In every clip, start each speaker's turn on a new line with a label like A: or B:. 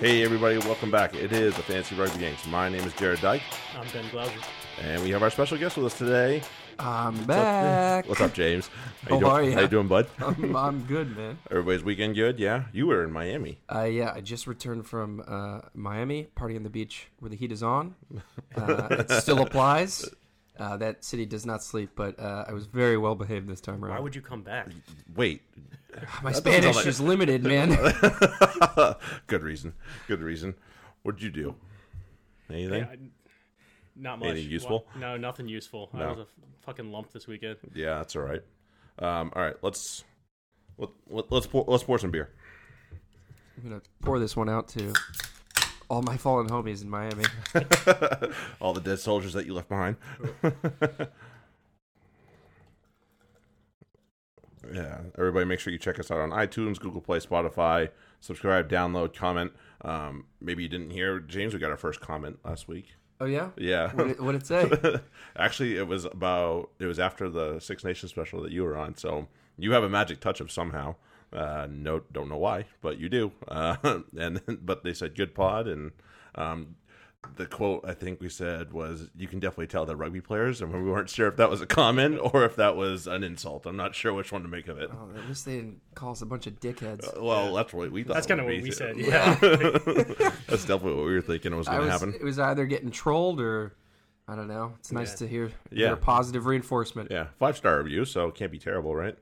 A: Hey, everybody, welcome back. It is the Fancy Rugby Yanks. My name is Jared Dyke,
B: I'm Ben Glauser.
A: and we have our special guest with us today.
C: I'm back.
A: What's up, James? How
C: How
A: doing?
C: are ya?
A: How you doing, bud?
C: I'm, I'm good, man.
A: Everybody's weekend good? Yeah? You were in Miami.
C: Uh, yeah, I just returned from uh, Miami, party on the beach where the heat is on. Uh, it still applies. Uh, that city does not sleep, but uh, I was very well behaved this time around. Ah,
B: Why would you come back?
A: Wait.
C: My
A: sound
C: Spanish
A: like-
C: is limited, man.
A: good reason. Good reason. What'd you do? Anything?
B: I- not much.
A: Anything useful?
B: Wa- No, nothing useful. I
A: No.
B: was a f- fucking lump this weekend.
A: Yeah, that's all right. Um, all right, let's let, let, let's pour, let's pour some beer.
C: I'm gonna pour this one out to all my fallen homies in Miami.
A: All the dead soldiers that you left behind. yeah, everybody, make sure you check us out on iTunes, Google Play, Spotify. Subscribe, download, comment. Um, maybe you didn't hear, James. We got our first comment last week.
C: Oh yeah,
A: Yeah,
C: what did, what it say?
A: actually, it was about it was after the Six Nations special that you were on. So you have a magic touch of somehow. Uh, no, don't know why, but you do. Uh, and but they said good pod, and um, the quote I think we said was, "You can definitely tell they're rugby players," and we weren't sure if that was a comment or if that was an insult. I'm not sure which one to make of it.
C: Oh, at least they didn't call us a bunch of dickheads.
A: Well, that's what we thought.
B: That's
A: it
B: kind of
A: would
B: what
A: be,
B: we
A: too.
B: said. Yeah.
A: That's definitely what we were thinking was
C: I
A: going
C: was,
A: to happen.
C: It was either getting trolled or I don't know. It's nice
B: Yeah.
C: to hear,
A: Yeah.
C: hear positive reinforcement.
A: Yeah, five star review, so it can't be terrible, right?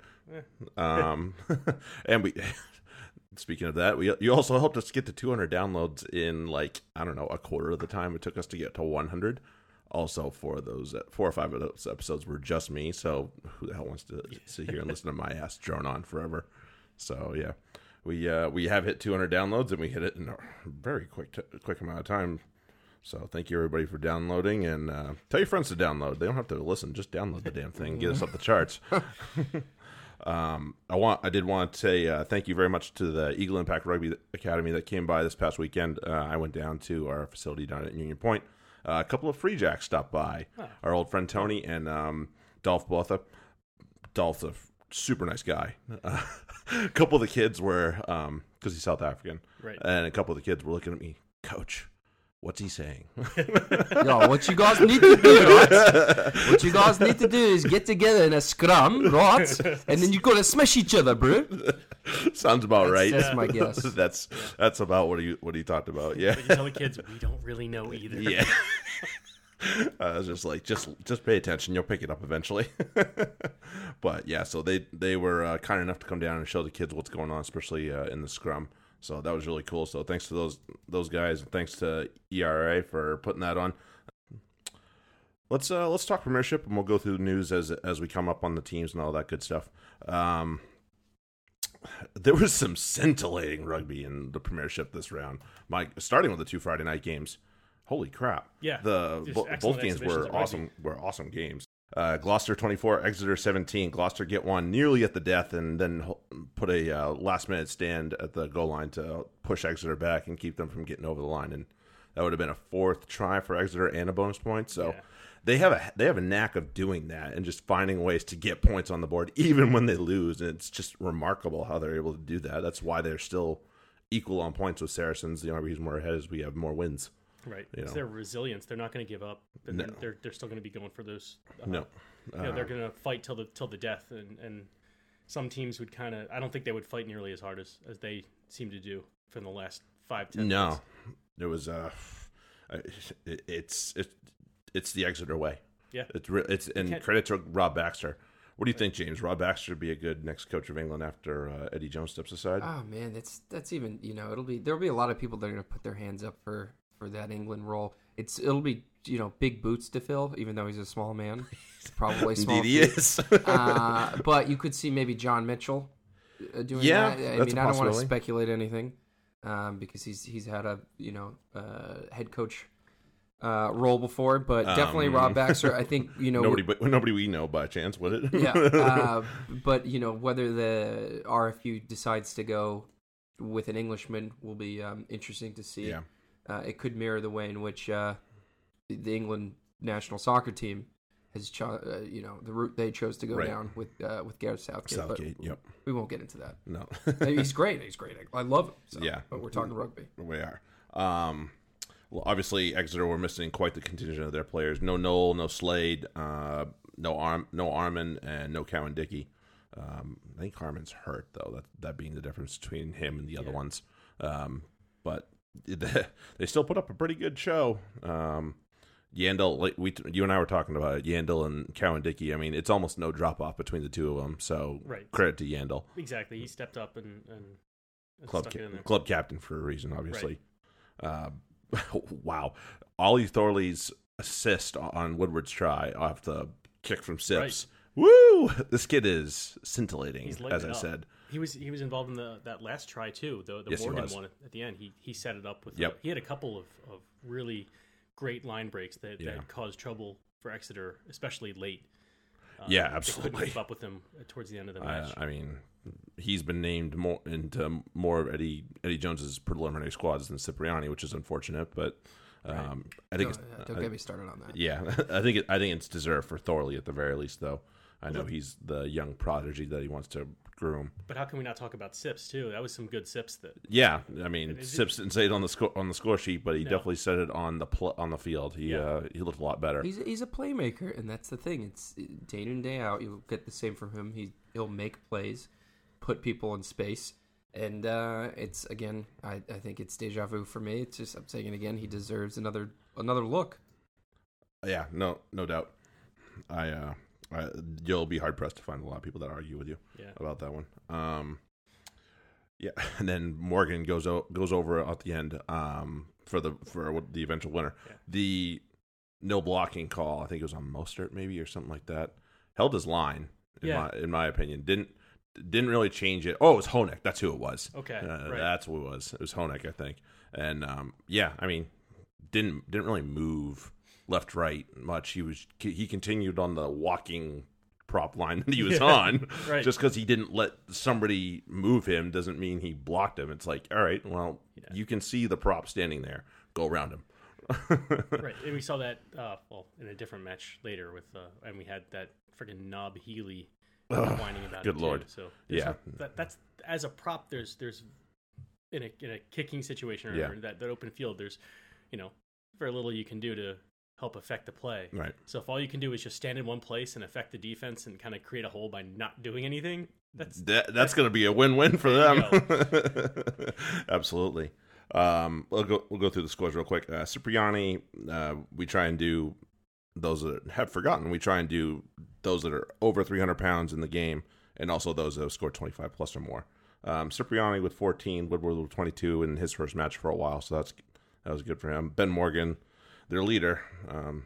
A: um, and we, speaking of that, we you also helped us get to 200 downloads in like I don't know a quarter of the time it took us to get to 100. Also, four of those, uh, four or five of those episodes were just me, so who the hell wants to sit here and listen to my ass drone on forever? So yeah, we uh, we have hit 200 downloads, and we hit it in a very quick t- quick amount of time. So thank you everybody for downloading, and uh, tell your friends to download. They don't have to listen; just download the damn thing, get us up the charts. um, I want, I did want to say uh, thank you very much to the Eagle Impact Rugby Academy that came by this past weekend. Uh, I went down to our facility down at Union Point. Uh, a couple of Free Jacks stopped by. Our old friend Tony and um, Dolph Botha. Dolph's a f- super nice guy. a couple of the kids were, because he's South African,
B: Right.
A: and a couple of the kids were looking at me, Coach, what's he saying?
C: Yo, what you guys need to do, right? What you guys need to do is get together in a scrum, right? And then you gotta smash each other, bro.
A: Sounds about right.
C: That's my guess.
A: that's that's about what he what he talked about. Yeah,
B: but you tell the kids we don't really know either.
A: yeah. I was Uh, just like, just just pay attention. You'll pick it up eventually. but yeah, so they they were uh, kind enough to come down and show the kids what's going on, especially uh, in the scrum. So that was really cool. So thanks to those those guys, and thanks to ERA for putting that on. Let's uh, let's talk Premiership, and we'll go through the news as as we come up on the teams and all that good stuff. Um, there was some scintillating rugby in the Premiership this round. My starting with the two Friday night games. Holy crap!
B: Yeah,
A: the
B: just
A: bo-
B: excellent
A: both games
B: exhibitions of
A: were
B: rugby.
A: awesome. Were awesome games. Uh, Gloucester twenty four, Exeter seventeen. Gloucester get one nearly at the death, and then ho- put a uh, last minute stand at the goal line to push Exeter back and keep them from getting over the line. And that would have been a fourth try for Exeter and a bonus point. So.
B: Yeah.
A: They have a they have a knack of doing that and just finding ways to get points on the board even when they lose and it's just remarkable how they're able to do that. That's why they're still equal on points with Saracens. The only reason we're ahead is we have more wins.
B: Right.
A: You
B: It's
A: know.
B: their resilience. They're not going to give up. But
A: No. Uh-huh.
B: they're, they're they're still going to be going for those. Uh,
A: No,
B: you know, they're going to fight till the till the death, and and some teams would kind of. I don't think they would fight nearly as hard as as they seem to do from the last five ten.
A: no,
B: minutes.
A: it was uh, I- it, it's it, it's the Exeter way.
B: Yeah.
A: it's re- it's and
B: can't-
A: credit to Rob Baxter. What do you think, James? Rob Baxter would be a good next coach of England after uh, Eddie Jones steps aside.
C: Oh man, that's that's even you know, it'll be there'll be a lot of people that are gonna put their hands up for for that England role. It's it'll be you know, big boots to fill, even though he's a small man. It's probably small.
A: Indeed, he
C: feet.
A: is.
C: Uh, but you could see maybe John Mitchell uh, doing
A: Yeah,
C: that. I
A: that's
C: mean,
A: a
C: I don't want to
A: possibility.
C: speculate anything um, because he's he's had a you know uh, head coach uh, role before, but definitely
A: Um,
C: Rob Baxter. I think you know.
A: nobody, but nobody we know by chance would it.
C: yeah, uh, but you know whether the RFU decides to go with an Englishman will be um, interesting to see.
A: Yeah.
C: Uh, it could mirror the way in which uh, the England national soccer team has cho- uh, you know the route they chose to go
A: Right.
C: down with uh, with Gareth Southgate.
A: Southgate,
C: But
A: yep.
C: We won't get into that. Uh,
A: No,
C: he's great. He's great. I love him. so-
A: Yeah.
C: But we're talking rugby.
A: we are. Um, well, obviously Exeter were missing quite the contingent of their players. No Noel, no Slade, uh, no Arm, no Armin, and no Cowan Dickey. Um, I think Armin's hurt though. That that being the difference between him and the other ones. Um, but they still put up a pretty good show. Um, Yandel, like we, you and I were talking about it, Yandel and Cowan Dickey. I mean, it's almost no drop off between the two of them. So
B: Right.
A: credit to Yandel.
B: Exactly. He stepped up and, and, and
A: club
B: stuck
A: ca-
B: it in there.
A: club captain for a reason, obviously. Uh, wow, Ollie Thorley's assist on Woodward's try off the kick from Sips. Woo! This kid is scintillating,
B: He's lighting
A: as
B: it
A: I
B: up.
A: said.
B: He was he was involved in the that last try too. The the
A: Yes, he
B: Morgan
A: was.
B: one at the end. He he set it up with.
A: Yep.
B: he had a couple of, of really great line breaks that,
A: Yeah.
B: that caused trouble for Exeter, especially late. Um,
A: Yeah,
B: they couldn't
A: absolutely. Uh,
B: Keep up with him uh, towards the end of the
A: I,
B: match.
A: I mean, he's been named more into more of Eddie Eddie Jones's preliminary squads than Cipriani, which is unfortunate. But um, I think
C: Uh,
A: it's,
C: don't get me started on that.
A: yeah, I think it, I think it's deserved for Thorley at the very least, though. I know he's the young prodigy that he wants to groom.
B: but how can we not talk about Sips too? That was some good Sips that
A: Yeah, I mean,
B: is it-
A: Sips didn't say it on the score on the score sheet, but he definitely said it on the pl- on the field. He
B: Yeah.
A: uh, he looked a lot better.
C: He's he's a playmaker, and that's the thing. It's day in and day out. You'll get the same from him. He he'll make plays, put people in space, and uh, it's again. I, I think it's deja vu for me. It's just I'm saying it again. He deserves another another look.
A: yeah, no, no doubt. I, uh, I you'll be hard pressed to find a lot of people that argue with you
B: Yeah.
A: about that one. Um, yeah, and then Morgan goes o- goes over at the end um, for the for the eventual winner.
B: Yeah.
A: The no blocking call. I think it was on Mostert maybe or something like that. Held his line in
B: Yeah.
A: my in my opinion. Didn't didn't really change it. Oh, it was Honek. That's who it was.
B: Okay,
A: Uh,
B: right.
A: that's what it was. It was Honek, I think. And um, yeah, I mean, didn't didn't really move left right much. He was he continued on the walking prop line that he was
B: Yeah,
A: on.
B: right.
A: Just because he didn't let somebody move him doesn't mean he blocked him. It's like, all right, well, you can see the prop standing there. Go around him.
B: right. And we saw that uh, well in a different match later with uh, and we had that freaking knob Healy whining about it.
A: good
B: too.
A: lord.
B: So there's
A: Yeah.
B: a- that, that's as a prop. There's there's in a in a kicking situation or
A: Yeah.
B: in that that open field. There's you know very little you can do to help affect the play.
A: Right.
B: So if all you can do is just stand in one place and affect the defense and kind of create a hole by not doing anything, that's
A: That, that's going to be a win-win for them.
B: you
A: Absolutely. Um, we'll go we'll go through the scores real quick. Uh, Cipriani, uh, we try and do those that have forgotten. We try and do those that are over 300 pounds in the game, and also those that have scored 25 plus or more. Um, Cipriani with 14, Woodward with 22 in his first match for a while, so that's that was good for him. Ben Morgan, their leader, um,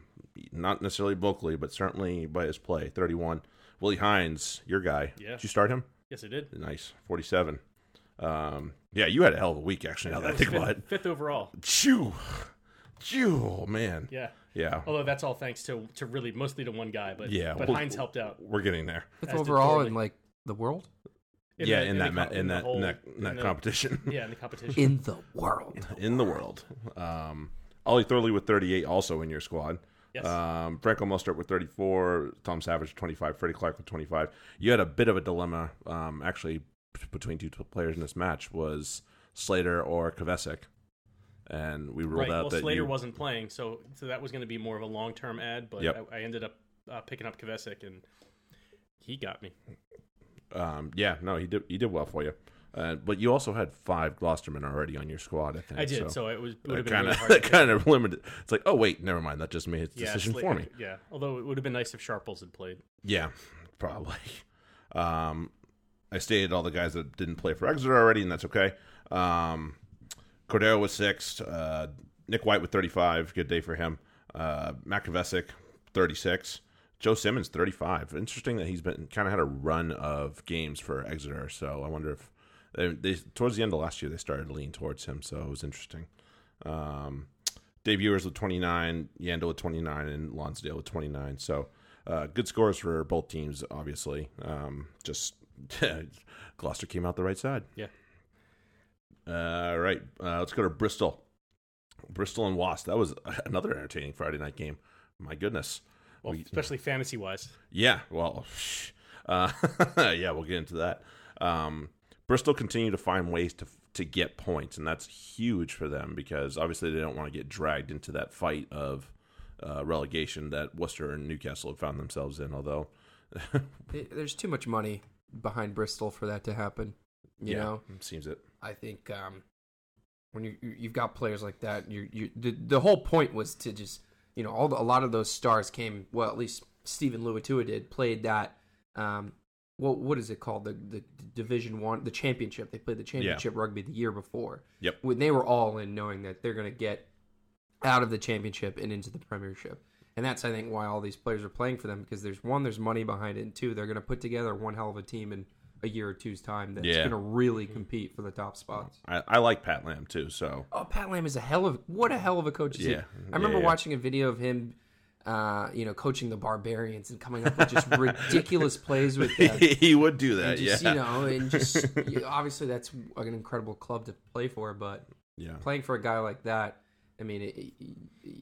A: not necessarily vocally, but certainly by his play, 31. Willie Hines, your guy.
B: Yeah.
A: Did you start him?
B: yes, I did.
A: Nice, forty-seven. Um, yeah, you had a hell of a week actually. Now that I think
B: fifth,
A: about it,
B: fifth overall.
A: chew, chew, oh, man.
B: Yeah.
A: Yeah,
B: Although that's all thanks to to really mostly to one guy, but
A: Yeah,
B: but
A: well-
B: Heinz helped out.
A: we're getting there.
C: That's
B: As did
C: overall
B: Thorley.
C: in like the world.
A: yeah,
B: the-
A: in, that
B: the
A: ma-
B: co-
A: in
B: the
A: that
B: whole-
A: in that,
B: in
A: that
B: the-
A: competition
B: Yeah, in the competition.
C: In the world.
A: in the world. Um, Ollie Thurley with thirty-eight, also in your squad.
B: Yes.
A: Um, Franco Mostert with 34, Tom Savage with 25, Freddie Clark with 25. You had a bit of a dilemma, um, actually, p- between two t- players in this match was Slater or Kvesic. And we ruled
B: right.
A: out
B: Well,
A: that
B: Slater
A: you,
B: wasn't playing, so so that was going to be more of a long term ad. But
A: Yep.
B: I, I ended up uh, picking up Kvesic, and he got me.
A: Um, yeah, no, he did. He did well for you. Uh, but you also had five Gloucestermen already on your squad. I think
B: I did, so, it was would have
A: that
B: been
A: kind
B: really
A: of
B: hard. to
A: that
B: pick.
A: kind of limited. It's like, oh wait, never mind. That just made its
B: yeah,
A: decision
B: Sla-
A: for me.
B: Yeah, although it would have been nice if Sharples had played.
A: Yeah, probably. Um, I stated all the guys that didn't play for Exeter already, and that's okay. Um, Cordero was six. Uh, Nick White with 35. Good day for him. Uh, Matt Kvesic, 36. Joe Simmons, 35. Interesting that he's been kind of had a run of games for Exeter. So I wonder if they, they towards the end of last year they started to lean towards him. So it was interesting. Um, debuters with 29, Yandel with 29, and Lonsdale with 29. So uh, good scores for both teams, obviously. Um, just Gloucester came out the right side.
B: Yeah.
A: All right. Uh, let's go to Bristol. Bristol and Wasp. That was another entertaining Friday night game. My goodness.
B: Well, especially fantasy wise.
A: Oh, Yeah, well, uh, yeah, we'll get into that. Um, Bristol continue to find ways to to get points, and that's huge for them because obviously they don't want to get dragged into that fight of uh, relegation that Worcester and Newcastle have found themselves in. Although,
C: They- There's too much money behind Bristol for that to happen. You
A: yeah,
C: know,
A: seems it.
C: I think um, when you you- you've got players like that, you you the, the whole point was to just you know all the, a lot of those stars came. Well, at least Stephen Luatua did played that. Um, what what is it called? The the Division One, the championship. They played the championship rugby the year before.
A: Yep.
C: When they were all in, knowing that they're going to get out of the championship and into the Premiership. And that's, I think, why all these players are playing for them because there's one, there's money behind it, and two, they're going to put together one hell of a team in a year or two's time that's
A: Yeah.
C: going to really compete for the top spots.
A: I, I like Pat Lamb too, so
C: Oh, Pat Lamb is a hell of what a hell of a coach. Is he?
A: Yeah.
C: I remember
A: Yeah, yeah.
C: watching a video of him, uh, you know, coaching the Barbarians and coming up with just ridiculous plays with them.
A: he would do that.
C: And just
A: yeah,
C: you know, and just you- obviously that's an incredible club to play for, but
A: yeah,
C: playing for a guy like that, I mean, it, it-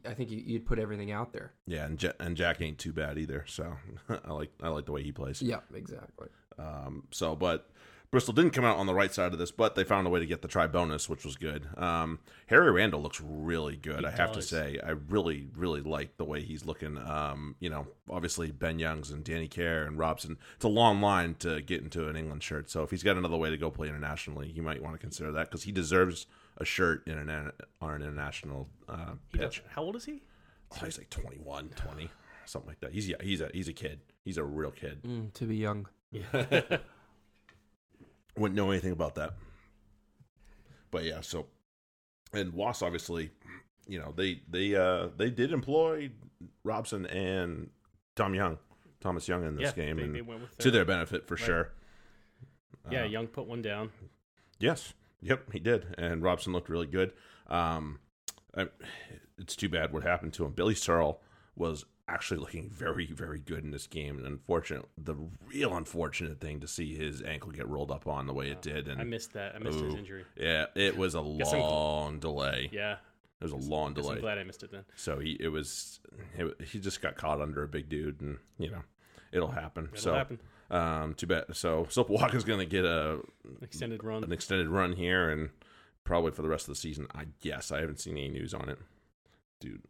C: I think you- you'd put everything out there.
A: yeah. And, ja- and Jack ain't too bad either, so I like I like the way he plays.
C: Yeah, exactly.
A: Um, so, but Bristol didn't come out on the right side of this, but they found a way to get the try bonus, which was good. Um, Harry Randall looks really good, I have to
B: does.
A: say. I really, really like the way he's looking. Um, you know, obviously Ben Youngs and Danny Kerr and Robson. It's a long line to get into an England shirt. So if he's got another way to go play internationally, he might want to consider that because he deserves a shirt in an on an international uh,
B: He
A: pitch.
B: does- How old is he?
A: Oh, he's like 21, 20, something like that. He's yeah, he's a he's a kid. He's a real kid.
C: Mm, to be young.
A: wouldn't know anything about that. But yeah, so and Wasp obviously, you know, they they uh they did employ Robson and Tom Young, Thomas Young in this
B: yeah,
A: game
B: they,
A: and
B: they went with
A: to
B: uh,
A: their benefit for
B: Right.
A: sure.
B: Yeah,
A: Uh,
B: Young put one down.
A: Yes. Yep, he did. And Robson looked really good. Um I, it's too bad what happened to him. Billy Searle was actually looking very, very good in this game. And unfortunate, the real unfortunate thing to see his ankle get rolled up on the way it did. And
B: I missed that. I missed his
A: Ooh.
B: injury.
A: Yeah, it was a
B: Guess I'm gl-
A: long delay.
B: Yeah,
A: It was a long
B: guess I'm
A: delay.
B: glad I missed it then.
A: So he it was it, he just got caught under a big dude, and you know it'll happen.
B: It'll
A: so
B: happen.
A: um, too bad. So Silk Walker's gonna get a
B: Extended run.
A: an extended run here, and probably for the rest of the season. I guess I haven't seen any news on it, dude.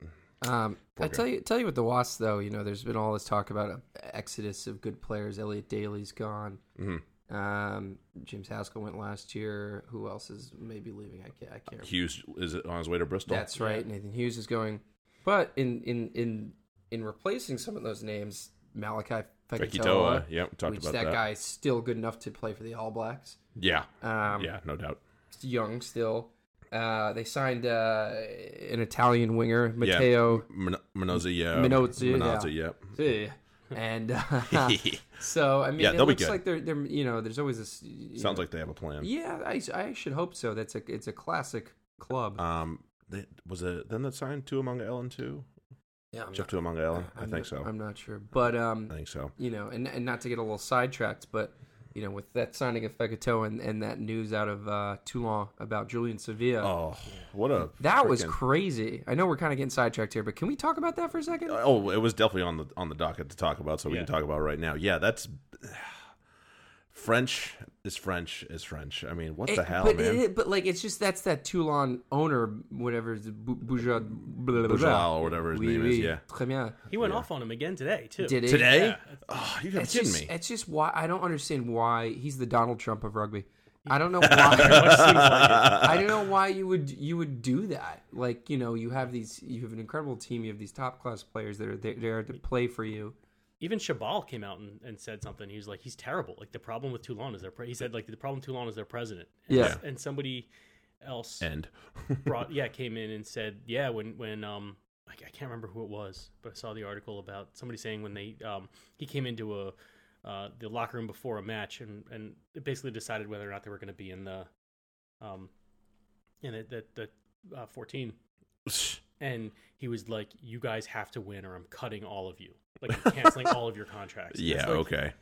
C: Um, I
A: Okay.
C: tell you, tell you with the Wasps though, you know, there's been all this talk about an exodus of good players. Elliot Daly's gone.
A: hmm
C: Um, James Haskell went last year. Who else is maybe leaving? I can't. I can't. remember.
A: Hughes is on his way to Bristol.
C: That's right. Nathan Hughes is going. But in in in in replacing some of those names, Malachi
A: Fekitoa.
C: Fekitoa,
A: Yep, talked
C: which
A: about
C: that,
A: that.
C: guy is still good enough to play for the All Blacks.
A: Yeah,
C: Um,
A: yeah, no doubt.
C: young still. Uh, they signed uh, an Italian winger, Matteo
A: Min- Minozzi, yeah,
C: Minozzi,
A: Minozzi,
C: Zia. and uh,
A: yep.
C: so I mean,
A: Yeah,
C: it
A: they'll be
C: looks
A: good.
C: like they're, they're you know there's always this. you
A: Sounds
C: know-
A: like they have a plan.
C: yeah, I, I should hope so. That's a it's a classic club.
A: Um, they, was it then that signed two among Ellen too?
C: yeah, I'm
A: Jeff
C: not-
A: two among Ellen. I
C: I'm
A: think
C: not-
A: so.
C: I'm not sure, but um,
A: I think so.
C: you know, and and not to get a little sidetracked, but you know, with that signing of Fekito and, and that news out of uh, Toulon about Julian Sevilla,
A: Oh, what a
C: that was
A: frickin-
C: crazy. I know we're kind of getting sidetracked here, but can we talk about that for a second?
A: oh, it was definitely on the on the docket to talk about, so we
B: Yeah.
A: can talk about it right now. Yeah, that's French is French is French. I mean, what the
C: It-
A: hell,
C: but
A: man?
C: it- but like, it's just that's that Toulon owner, whatever is Boujard, blah, blah, blah.
A: Bujal or whatever his
C: Oui,
A: name is.
C: oui,
A: Yeah,
C: Très bien.
B: He went off on him again today too.
C: Did he?
A: today.
B: Yeah.
A: Oh, you gotta be
C: It's
A: kidding
C: just,
A: me.
C: it's just why I don't understand why he's the Donald Trump of rugby. I don't know why.
B: Seems like it.
C: I don't know why you would you would do that. Like you know, you have these, you have an incredible team. You have these top class players that are there- there to play for you.
B: Even Shabal came out and, and said something. He was like, "He's terrible. Like the problem with Toulon is their." Pre-. He said, "Like the problem with Toulon is their president." And,
C: Yeah.
B: And somebody else
A: And
B: brought yeah came in and said yeah when when um I, I can't remember who it was but I saw the article about somebody saying when they um he came into a uh the locker room before a match and and it basically decided whether or not they were going to be in the um in the the, the uh, 14 and he was like you guys have to win or I'm cutting all of you like I'm canceling all of your contracts And it's
A: yeah,
B: like,
A: okay,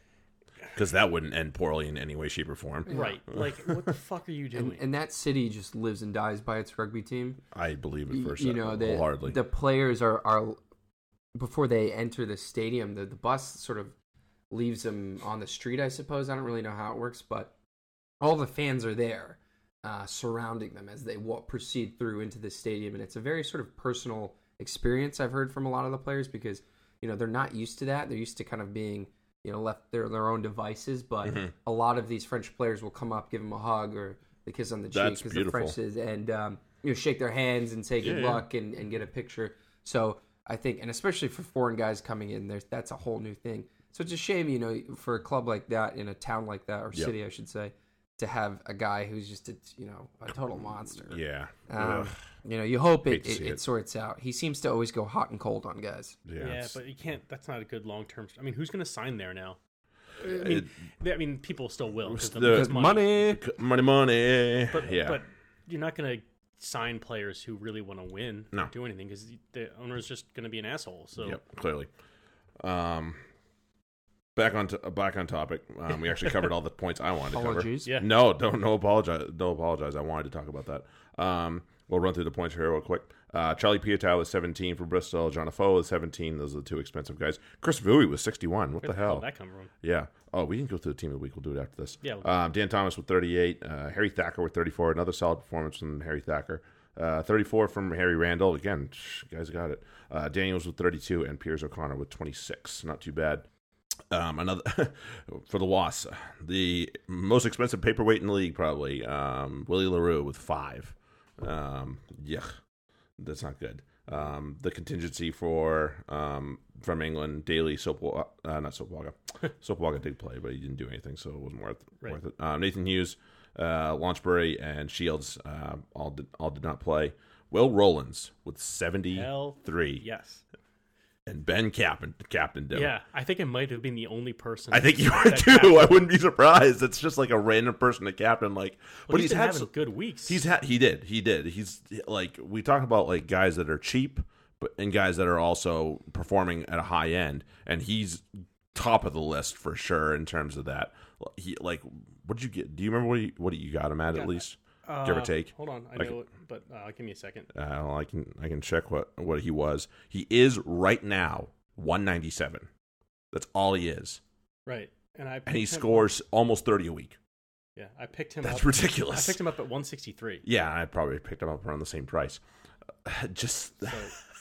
A: because that wouldn't end poorly in any way, shape, or form.
B: right like what the fuck are you
C: And,
B: doing
C: and that city just lives and dies by its rugby team.
A: I believe it
C: You,
A: first.
C: you know, the
A: wholeheartedly.
C: the players are are before they enter the stadium, the, the bus sort of leaves them on the street, I suppose. I don't really know how it works, but all the fans are there uh, surrounding them as they walk, proceed through into the stadium. And it's a very sort of personal experience I've heard from a lot of the players because, you know, they're not used to that. They're used to kind of being, you know, left their, their own devices. But
A: Mm-hmm.
C: a lot of these French players will come up, give them a hug or the kiss on the cheek
A: That's
C: because the
A: beautiful.
C: French is, and, um, you know, shake their hands and say good
A: Yeah, yeah.
C: luck and, and get a picture. So I think, and especially for foreign guys coming in, there's that's a whole new thing. So it's a shame, you know, for a club like that in a town like that or
A: Yep.
C: city, I should say, to have a guy who's just a you know a total monster.
A: Yeah.
C: Um,
A: Ugh.
C: you know, you hope
A: Hate
C: it,
A: to
C: it,
A: see
C: it.
A: it.
C: sorts out. He seems to always go hot and cold on guys.
A: yeah.
B: Yeah,
A: it's-
B: but you can't. That's not a good long term. I mean, who's going to sign there now? I mean,
A: it-
B: they- I mean, people still will because
A: the-
B: the, money.
A: money, money.
B: But
A: yeah.
B: but you're not going to sign players who really want to win.
A: No.
B: or do anything because the owner's just going to be an asshole. So
A: Yep, clearly. Um, back on to, back on topic. Um, we actually covered all the points I wanted to cover.
C: Apologies.
B: Yeah.
A: No, don't no apologize. Don't apologize. I wanted to talk about that. Um, we'll run through the points here real quick. Uh, Charlie Piatow is 17 for Bristol. John Afoe is 17. Those are the two expensive guys. Chris Vui was 61. What
B: where
A: the hell?
B: did that come from?
A: Yeah. Oh, we didn't go through the team of the week. We'll do it after this.
B: Yeah.
A: Um, Dan Thomas with 38. Uh, Harry Thacker with 34. Another solid performance from Harry Thacker. Uh, 34 from Harry Randall. Again, shh, you guys got it. Uh, Daniels with 32 and Piers O'Connor with 26. Not too bad. Um, another for the Wasps, the most expensive paperweight in the league probably. Um, Willie Larue with five. Um, yuck, that's not good. Um, the contingency for um, from England, Daily Soapwa uh, not Soapwaga. Soapwaga did play, but he didn't do anything, so it wasn't worth
B: Right.
A: worth it. Um, Nathan Hughes, uh, Launchbury, and Shields uh, all did, all did not play. Will Rollins with seventy
B: Hell
A: three,
B: yes.
A: and Ben Captain Captain
B: Yeah.
A: Dill.
B: I think it might have been the only person.
A: I think you would
B: that
A: too.
B: captain-
A: I wouldn't be surprised. It's just like a random person to captain. Like,
B: Well,
A: but
B: he's
A: he's,
B: been
A: had
B: having
A: some,
B: good weeks.
A: he's had he did he did he's like we talk about like guys that are cheap, but and guys that are also performing at a high end, and he's top of the list for sure in terms of that. He like what did you get? Do you remember what you, what you got him at at least? give or
B: Uh,
A: take.
B: Hold on, I
A: Like-
B: know it, but uh, give me a second.
A: Uh, well, I can I can check what what he was. He is right now one ninety seven. That's all he is,
B: Right, and I
A: and he
B: picked him-
A: scores almost thirty a week.
B: Yeah, I picked him.
A: That's
B: up.
A: ridiculous.
B: I picked him up at 163.
A: Yeah, I probably picked him up around the same price. Uh, Just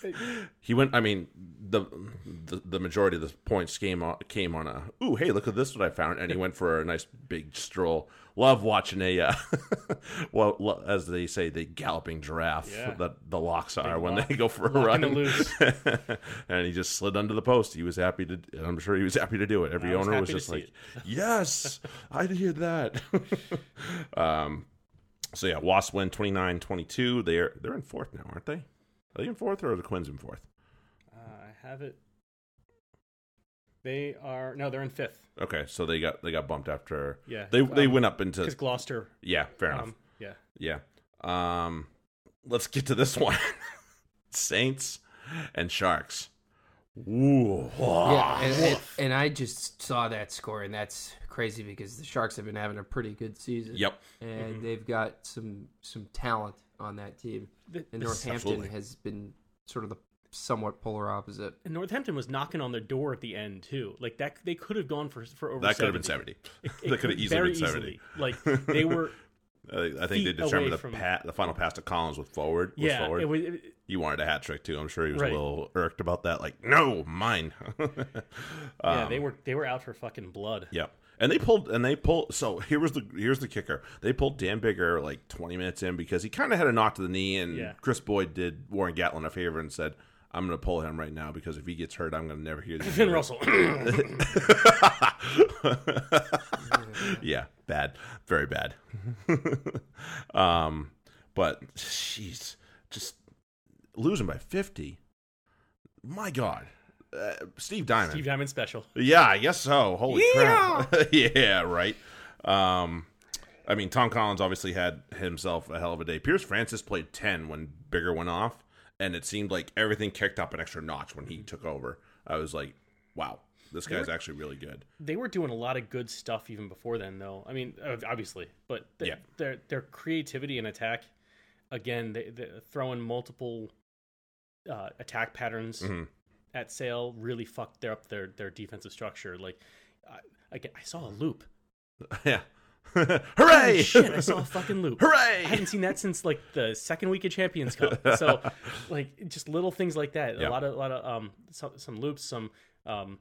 B: So,
A: he went. I mean, the, the the majority of the points came on came on a. Ooh, hey, look at this! What I found, and he went for a nice big stroll. Love watching a, uh, well, lo- as they say, the galloping giraffe
B: Yeah.
A: that the locks are when
B: lock-
A: they go for a
B: locking
A: run.
B: it loose.
A: and he just slid under the post. He was happy to. and I'm sure he was happy to do it. Every
B: I was
A: owner was
B: happy to
A: just
B: see
A: like,
B: it.
A: "Yes, I did hear that." um, so yeah, Wasps win 29-22. They're they're in fourth now, aren't they? Are they in fourth or are the Quins in fourth?
B: uh, I have it. They are no, they're in fifth.
A: Okay, so they got they got bumped after
B: Yeah,
A: they they
B: um,
A: went up into
B: because Gloucester.
A: yeah, fair enough.
B: Um, yeah,
A: Yeah. Um let's get to this one. Saints and Sharks. Ooh. Ah,
C: Yeah, and, and, and I just saw that score, and that's crazy because the Sharks have been having a pretty good season.
A: Yep.
C: and
B: Mm-hmm.
C: they've got some some talent on that team.
B: The-
C: And
B: the-
C: Northampton
A: Absolutely.
C: has been sort of the somewhat polar opposite.
B: and Northampton was knocking on their door at the end too. Like that, they could have gone for for over.
A: That could have been 70.
B: It
A: that could have easily
B: very
A: been 70.
B: easily. Like they were.
A: I, I think they
B: Feet away
A: determined the,
B: from-
A: pa- the final pass to Collins with forward. Was
B: yeah,
A: forward.
B: it was. It,
A: you wanted a hat trick too. I'm sure he was
B: Right.
A: a little irked about that. Like, no, mine.
B: yeah,
A: Um,
B: they were they were out for fucking blood.
A: Yep. And they pulled and they pulled so here was the here's the kicker. They pulled Dan Bigger like 20 minutes in because he kind of had a knock to the knee and
B: Yeah.
A: Chris Boyd did Warren Gatlin a favor and said, "I'm going to pull him right now because if he gets hurt, I'm going to never hear this."
B: Finn Russell.
A: yeah, bad. Very bad. um but jeez, just losing by 50. My god. Uh, Steve Diamond.
B: Steve Diamond special.
A: Yeah, I guess so. Holy crap. yeah, right. Um I mean Tom Collins obviously had himself a hell of a day. Pierce Francis played 10 when Bigger went off and it seemed like everything kicked up an extra notch when he took over. I was like, wow, this guy's actually really good.
B: they were doing a lot of good stuff even before then though i mean ob- obviously but th-
A: Yeah.
B: their their creativity and attack
A: Mm-hmm.
B: again they, they throwing multiple uh, attack patterns at Sale really fucked their, up their their defensive structure. Like, I, I, get- I saw a loop.
A: yeah.
B: Holy
A: Hooray!
B: shit, I saw a fucking loop. I
A: Hooray!
B: hadn't seen that since like the second week of Champions Cup. So, like just little things like that.
A: Yeah.
B: A lot of a lot of um some, some loops, some um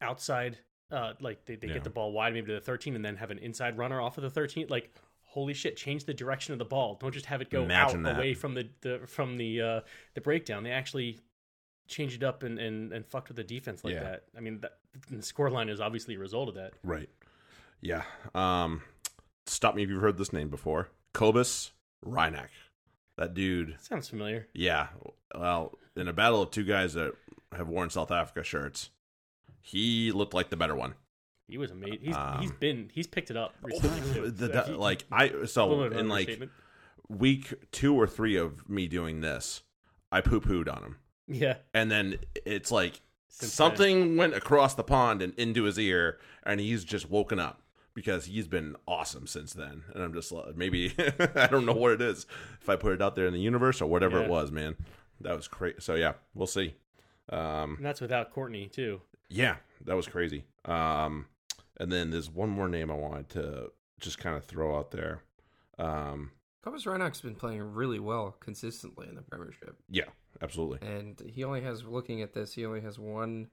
B: outside uh like they, they
A: Yeah.
B: get the ball wide maybe to the 13 and then have an inside runner off of the 13 like holy shit change the direction of the ball don't just have it go
A: Imagine
B: out
A: that.
B: away from the, the from the uh the breakdown they actually changed it up and and, and fucked with the defense like
A: Yeah.
B: that i mean that, the score line is obviously a result of that
A: Right. Yeah. Um, stop me if you've heard this name before. Kobus Reinach. That dude.
B: sounds familiar
A: Yeah. Well, in a battle of two guys that have worn South Africa shirts, he looked like the better one.
B: he was amazing he's, he's
A: Um,
B: been he's picked it up recently too.
A: The-
B: So he-
A: the- like I
B: little
A: so
B: bit of an
A: in like
B: understatement.
A: week two or three of me doing this, I poo pooed on him,
B: yeah
A: and then it's like
B: since then.
A: something went across the pond and into his ear, and he's just woken up because he's been awesome since then. And I'm just like, maybe I don't know what it is if I put it out there in the universe or whatever
B: Yeah.
A: it was, man. That was crazy. So yeah, we'll see. Um,
B: and that's without courtney too
A: yeah, that was crazy. Um, and then there's one more name I wanted to just kind of throw out there. Um,
C: Cobus Reinach's been playing really well consistently in the Premiership,
A: yeah, absolutely.
C: and he only has looking at this, he only has one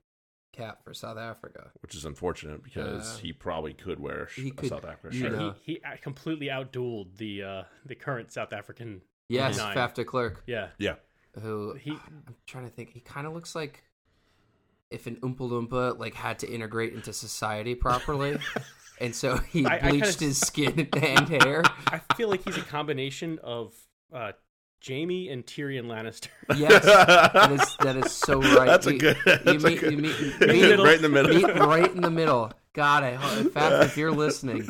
C: cap for South Africa.
A: Which is unfortunate because
C: Yeah.
A: he probably could wear sh-
C: He
A: a
C: could-
A: South Africa
C: you
A: shirt.
B: And
C: know.
B: he, he a- completely outdueled the uh, the current South African.
C: Yes,
B: Nine.
C: Faf de Klerk,
B: Yeah,
A: Yeah,
C: who
B: He-
C: I'm trying to think, he kind of looks like if an Oompa Loompa like had to integrate into society properly, and so he
B: I- I
C: bleached
B: kinda-
C: his skin and hair.
B: I feel like he's a combination of uh, Jamie and Tyrion Lannister.
C: Yes. That is, that is so right.
A: That's a
C: You-
A: good-
C: You
A: that's a
C: meet,
A: good-
C: you meet, meet,
A: right in the middle.
C: meet right in the middle. God, I hope, Faf, if you're listening,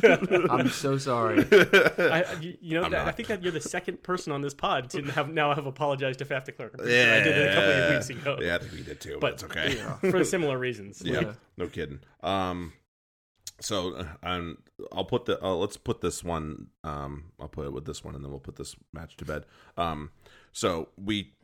C: I'm so sorry.
B: I, you, you know,
A: I'm
B: that, I
A: not.
B: think that you're the second person on this pod to have now have apologized to Faf de Klerk. I'm pretty sure
A: Yeah,
B: I did it a couple of weeks ago
A: Yeah, I think we did too, but,
B: But-
A: it's okay. Yeah,
B: for similar reasons.
C: Yeah.
A: no kidding. Um, so uh, I'm, I'll put the uh, let's put this one. Um, I'll put it with this one, and then we'll put this match to bed. Um, so we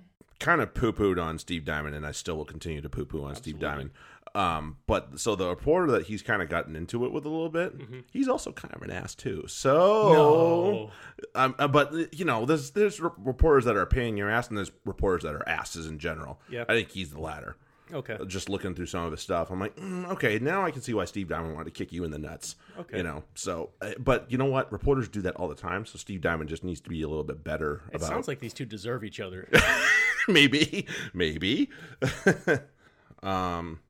A: kind of poo pooed on Steve Diamond, and I still will continue to poo poo on Steve Diamond. Um, but so the reporter that he's kind of gotten into it with a little bit,
B: Mm-hmm.
A: he's also kind of an ass too. So
B: No.
A: um, uh, but uh, you know, there's there's re- reporters that are paying your ass, and there's reporters that are asses in general.
B: Yep.
A: I think he's the latter.
B: Okay.
A: Just looking through some of his stuff, I'm like, mm, okay, now I can see why Steve Diamond wanted to kick you in the nuts.
B: Okay.
A: you know. So, uh, but you know what? Reporters do that all the time. So Steve Diamond just needs to be a little bit better
B: It
A: about
B: sounds like these two deserve each other.
A: maybe, maybe. um,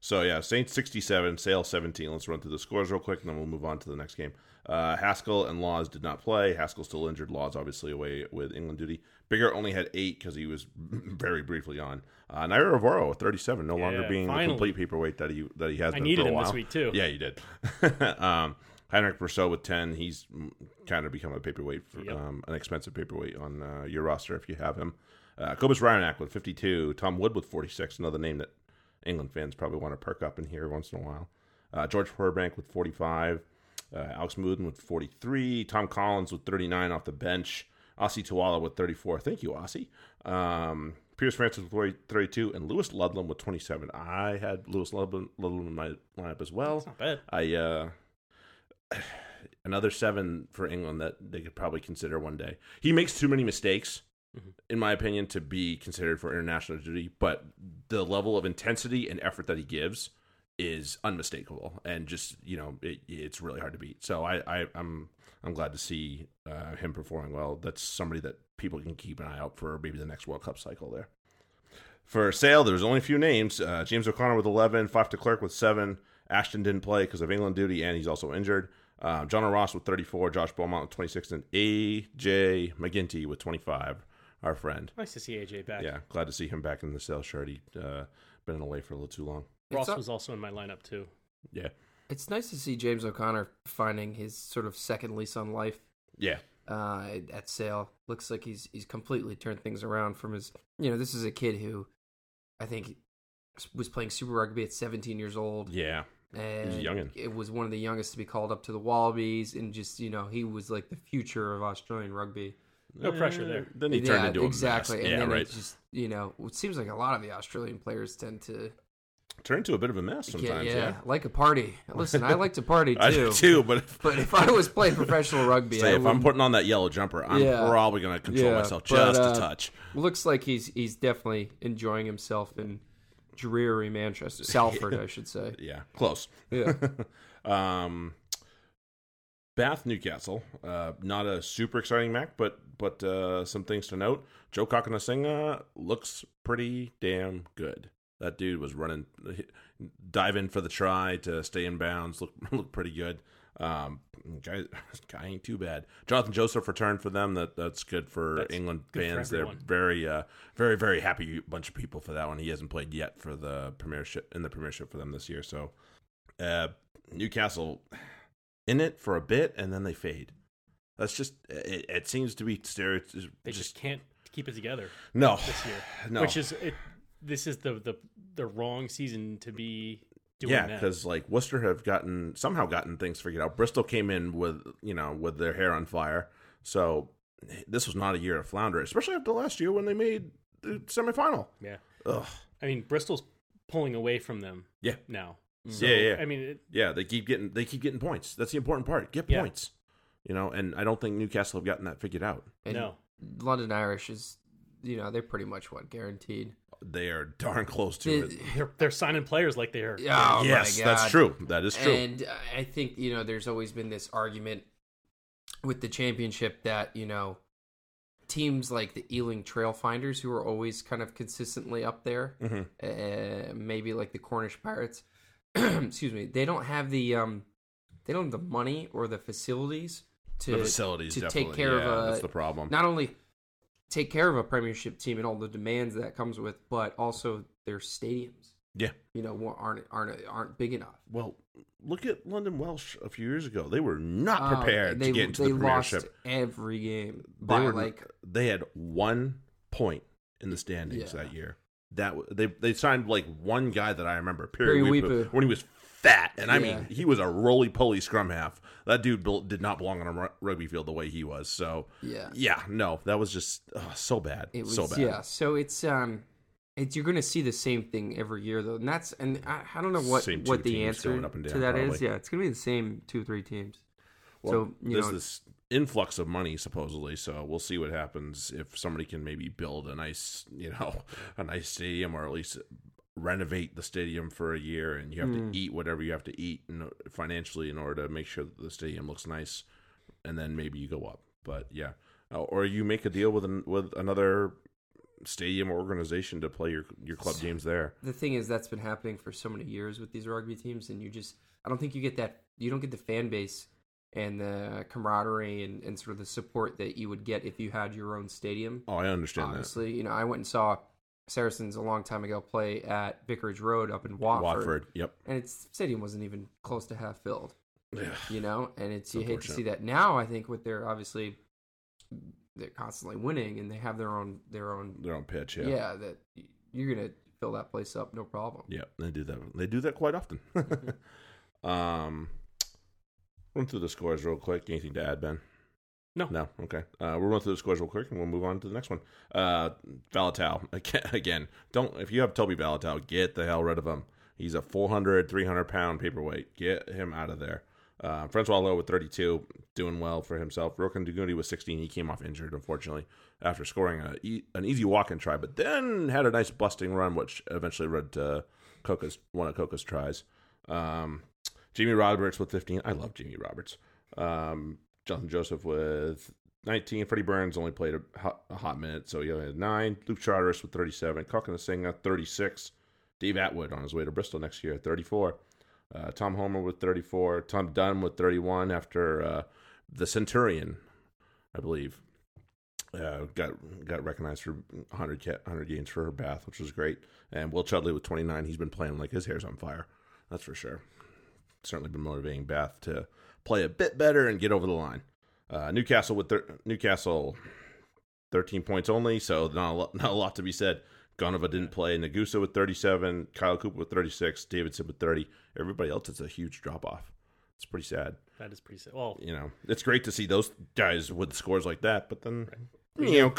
A: so yeah, Saints sixty-seven, Sale seventeen. Let's run through the scores real quick, and then we'll move on to the next game. Uh, Haskell and Laws did not play. Haskell still injured. Laws obviously away with England duty. Bigger only had eight because he was very briefly on. Uh, Nairo Avaro, thirty-seven, no longer
B: Yeah,
A: being
B: finally.
A: the complete paperweight that he that he has
B: I
A: been
B: needed
A: for a
B: him
A: while.
B: this week too.
A: Yeah, you did. um, Henrik Brousseau with ten. He's mm, kind of become a paperweight, for,
B: Yep.
A: um, an expensive paperweight on uh, your roster if you have him. Uh, Kobus Ryanak with fifty-two. Tom Wood with forty-six. Another name that England fans probably want to perk up and hear once in a while. Uh, George Furbank with forty-five. Uh, Alex Mooden with forty-three. Tom Collins with thirty-nine off the bench. Ossie Tuwala with 34. Thank you, Ossie. Um, Pierce Francis with 40 32, and Lewis Ludlam with 27. I had Lewis Ludlam, Ludlam in my lineup as well.
B: It's not bad.
A: I uh another seven for England that they could probably consider one day. He makes too many mistakes, in my opinion, to be considered for international duty. But the level of intensity and effort that he gives is unmistakable, and just you know, it, it's really hard to beat. So I, I I'm I'm glad to see uh, him performing well. That's somebody that people can keep an eye out for maybe the next World Cup cycle there. For sale, there was only a few names. Uh, James O'Connor with 11, Fife de Klerk with 7. Ashton didn't play because of England duty, and he's also injured. Uh, John Ross with 34, Josh Beaumont with 26, and A.J. McGinty with 25, our friend.
B: Nice to see AJ back.
A: Yeah, glad to see him back in the sale shirt. He'd uh, been away for a little too long.
B: Ross
C: It's-
B: was also in my lineup too.
A: Yeah.
C: It's nice to see James O'Connor finding his sort of second lease on life
A: Yeah.
C: uh, at Sale. Looks like he's he's completely turned things around from his. You know, this is a kid who I think was playing Super Rugby at 17 years old.
A: Yeah.
C: and
A: youngin'.
C: it was one of the youngest to be called up to the Wallabies, and just you know he was like the future of Australian rugby.
B: No pressure there.
A: Then he turned
C: yeah,
A: into a
C: exactly.
A: mess.
C: And
A: Yeah,
C: then
A: right.
C: it's just you know, it seems like a lot of the Australian players tend to
A: Turned into a bit of a mess
C: get
A: sometimes.
C: yeah,
A: Yeah,
C: like a party. Listen, I like to party
A: I
C: too.
A: do too. But if,
C: But if I was playing professional rugby,
A: say
C: I
A: if I'm
C: wouldn't-
A: putting on that yellow jumper, I'm
C: Yeah.
A: probably gonna control
C: Yeah,
A: myself
C: but,
A: just
C: uh,
A: a touch.
C: looks like he's he's definitely enjoying himself in dreary Manchester, Salford, I should say.
A: Yeah, close.
C: Yeah,
A: Um, Bath Newcastle, uh, not a super exciting match, but but uh, some things to note. Joe Kakanasinga looks pretty damn good. That dude was running, dive in for the try to stay in bounds. Look look pretty good. Um, guy, guy ain't too bad. Jonathan Joseph returned for them. That that's good for
B: That's
A: England
B: good for
A: fans. They're
B: everyone.
A: very uh, very very happy bunch of people for that one. He hasn't played yet for the Premiership in the Premiership for them this year. So uh, Newcastle in it for a bit and then they fade. That's just it. It seems to be stereotypical.
B: They just, can't keep it together
A: no,
B: this year,
A: no,
B: which is it. This is the the the wrong season to be doing
A: yeah,
B: that.
A: because like Worcester have gotten somehow gotten things figured out. Bristol came in with you know with their hair on fire, so this was not a year of flounder, especially after last year when they made the semifinal.
B: yeah,
A: Ugh.
B: I mean Bristol's pulling away from them.
A: Yeah. Mm.
B: now.
A: yeah, yeah,
B: I mean, it,
A: yeah. They keep getting they keep getting points. That's the important part. Get
B: Yeah.
A: points, you know. And I don't think Newcastle have gotten that figured out.
C: and
B: no,
C: London Irish is, you know, they're pretty much what guaranteed.
A: They are darn close to it.
C: The-
B: they're they're signing players like they are.
C: oh
A: yes,
C: my God.
A: that's true. That is true.
C: And I think you know, there's always been this argument with the championship that you know teams like the Ealing Trailfinders, who are always kind of consistently up there,
A: hmm
C: uh, maybe like the Cornish Pirates. excuse me. They don't have the um, they don't have the money or the facilities to
A: the facilities
C: to take
A: definitely.
C: care of
A: yeah,
C: a-
A: that's the problem.
C: not only take care of a Premiership team and all the demands that comes with, but also their stadiums.
A: yeah.
C: You know, wa- aren't aren't aren't big enough.
A: Well, look at London Welsh a few years ago. They were not
C: Uh,
A: prepared
C: they
A: to get into
C: they
A: the
C: lost
A: Premiership.
C: every game
A: They
C: by
A: were
C: like
A: they had one point in the standings
C: Yeah.
A: that year. That w- they they signed like one guy that I remember, Perry,
C: Perry
A: Weepu,
C: Weepu.
A: when he was fat, and I
C: Yeah.
A: mean he was a roly poly scrum half. That dude bel- did not belong on a ru- rugby field the way he was. So
C: yeah.
A: yeah, no, that was just ugh, so bad,
C: It was
A: so bad.
C: yeah. So it's um, it's you're gonna see the same thing every year though, and that's and I, I don't know what
A: Same two
C: what the
A: teams
C: answer
A: going up and
C: to
A: down,
C: that is.
A: probably.
C: Yeah, it's gonna be the same two three teams.
A: Well,
C: so you
A: there's
C: know,
A: this influx of money supposedly, so we'll see what happens if somebody can maybe build a nice, you know, a nice stadium or at least renovate the stadium for a year, and you have
C: Hmm.
A: to eat whatever you have to eat in, financially in order to make sure that the stadium looks nice, and then maybe you go up. But yeah, Uh, or you make a deal with an, with another stadium or organization to play your your club games there.
C: the thing is that's been happening for so many years with these rugby teams, and you just I don't think you get that you don't get the fan base and the camaraderie and, and sort of the support that you would get if you had your own stadium.
A: Oh, I understand that.
C: Obviously, you know I went and saw Saracens a long time ago play at Vicarage Road up in Watford,
A: Watford, yep.
C: and its stadium wasn't even close to half filled.
A: Yeah.
C: you know and it's you hate to
A: unfortunate.
C: see that now i think with their obviously they're constantly winning and they have their own their own
A: They're on pitch,
C: yeah,
A: yeah.
C: that you're gonna fill that place up no problem
A: Yeah, they do that. They do that quite often. um, run through the scores real quick. Anything to add, Ben?
B: No.
A: No. Okay. Uh, we'll run through the scores real quick, and we'll move on to the next one. Uh, Valetau again. Again, don't if you have Toby Valetau, get the hell rid of him. He's a 400, 300 pound paperweight. Get him out of there. Uh, Francois Lowe with 32, doing well for himself. Rokan Dugundi with 16. He came off injured, unfortunately, after scoring a, e- an easy walk and try, but then had a nice busting run, which eventually led to Coca's, one of Coca's tries. Um, Jamie Roberts with 15. I love Jamie Roberts. Um, Jonathan Joseph with 19. Freddie Burns only played a hot, a hot minute, so he only had nine. Luke Charteris with 37. Kokanasinga, 36. Dave Atwood on his way to Bristol next year, 34. Uh, Tom Homer with 34. Tom Dunn with 31 after uh, the Centurion, I believe, uh, got got recognized for 100, ca- 100 games for her bath, which was great. And Will Chudley with 29. He's been playing like his hair's on fire. That's for sure certainly been motivating Bath to play a bit better and get over the line. Uh, Newcastle with thir- Newcastle, thirteen points only, so not a, lot, not a lot to be said. Gonova didn't play. Nagusa with thirty-seven, Kyle Cooper with thirty-six, Davidson with thirty. Everybody else, it's a huge drop off. It's pretty sad.
B: That is pretty sad. Well,
A: You know, it's great to see those guys with scores like that, but then you know,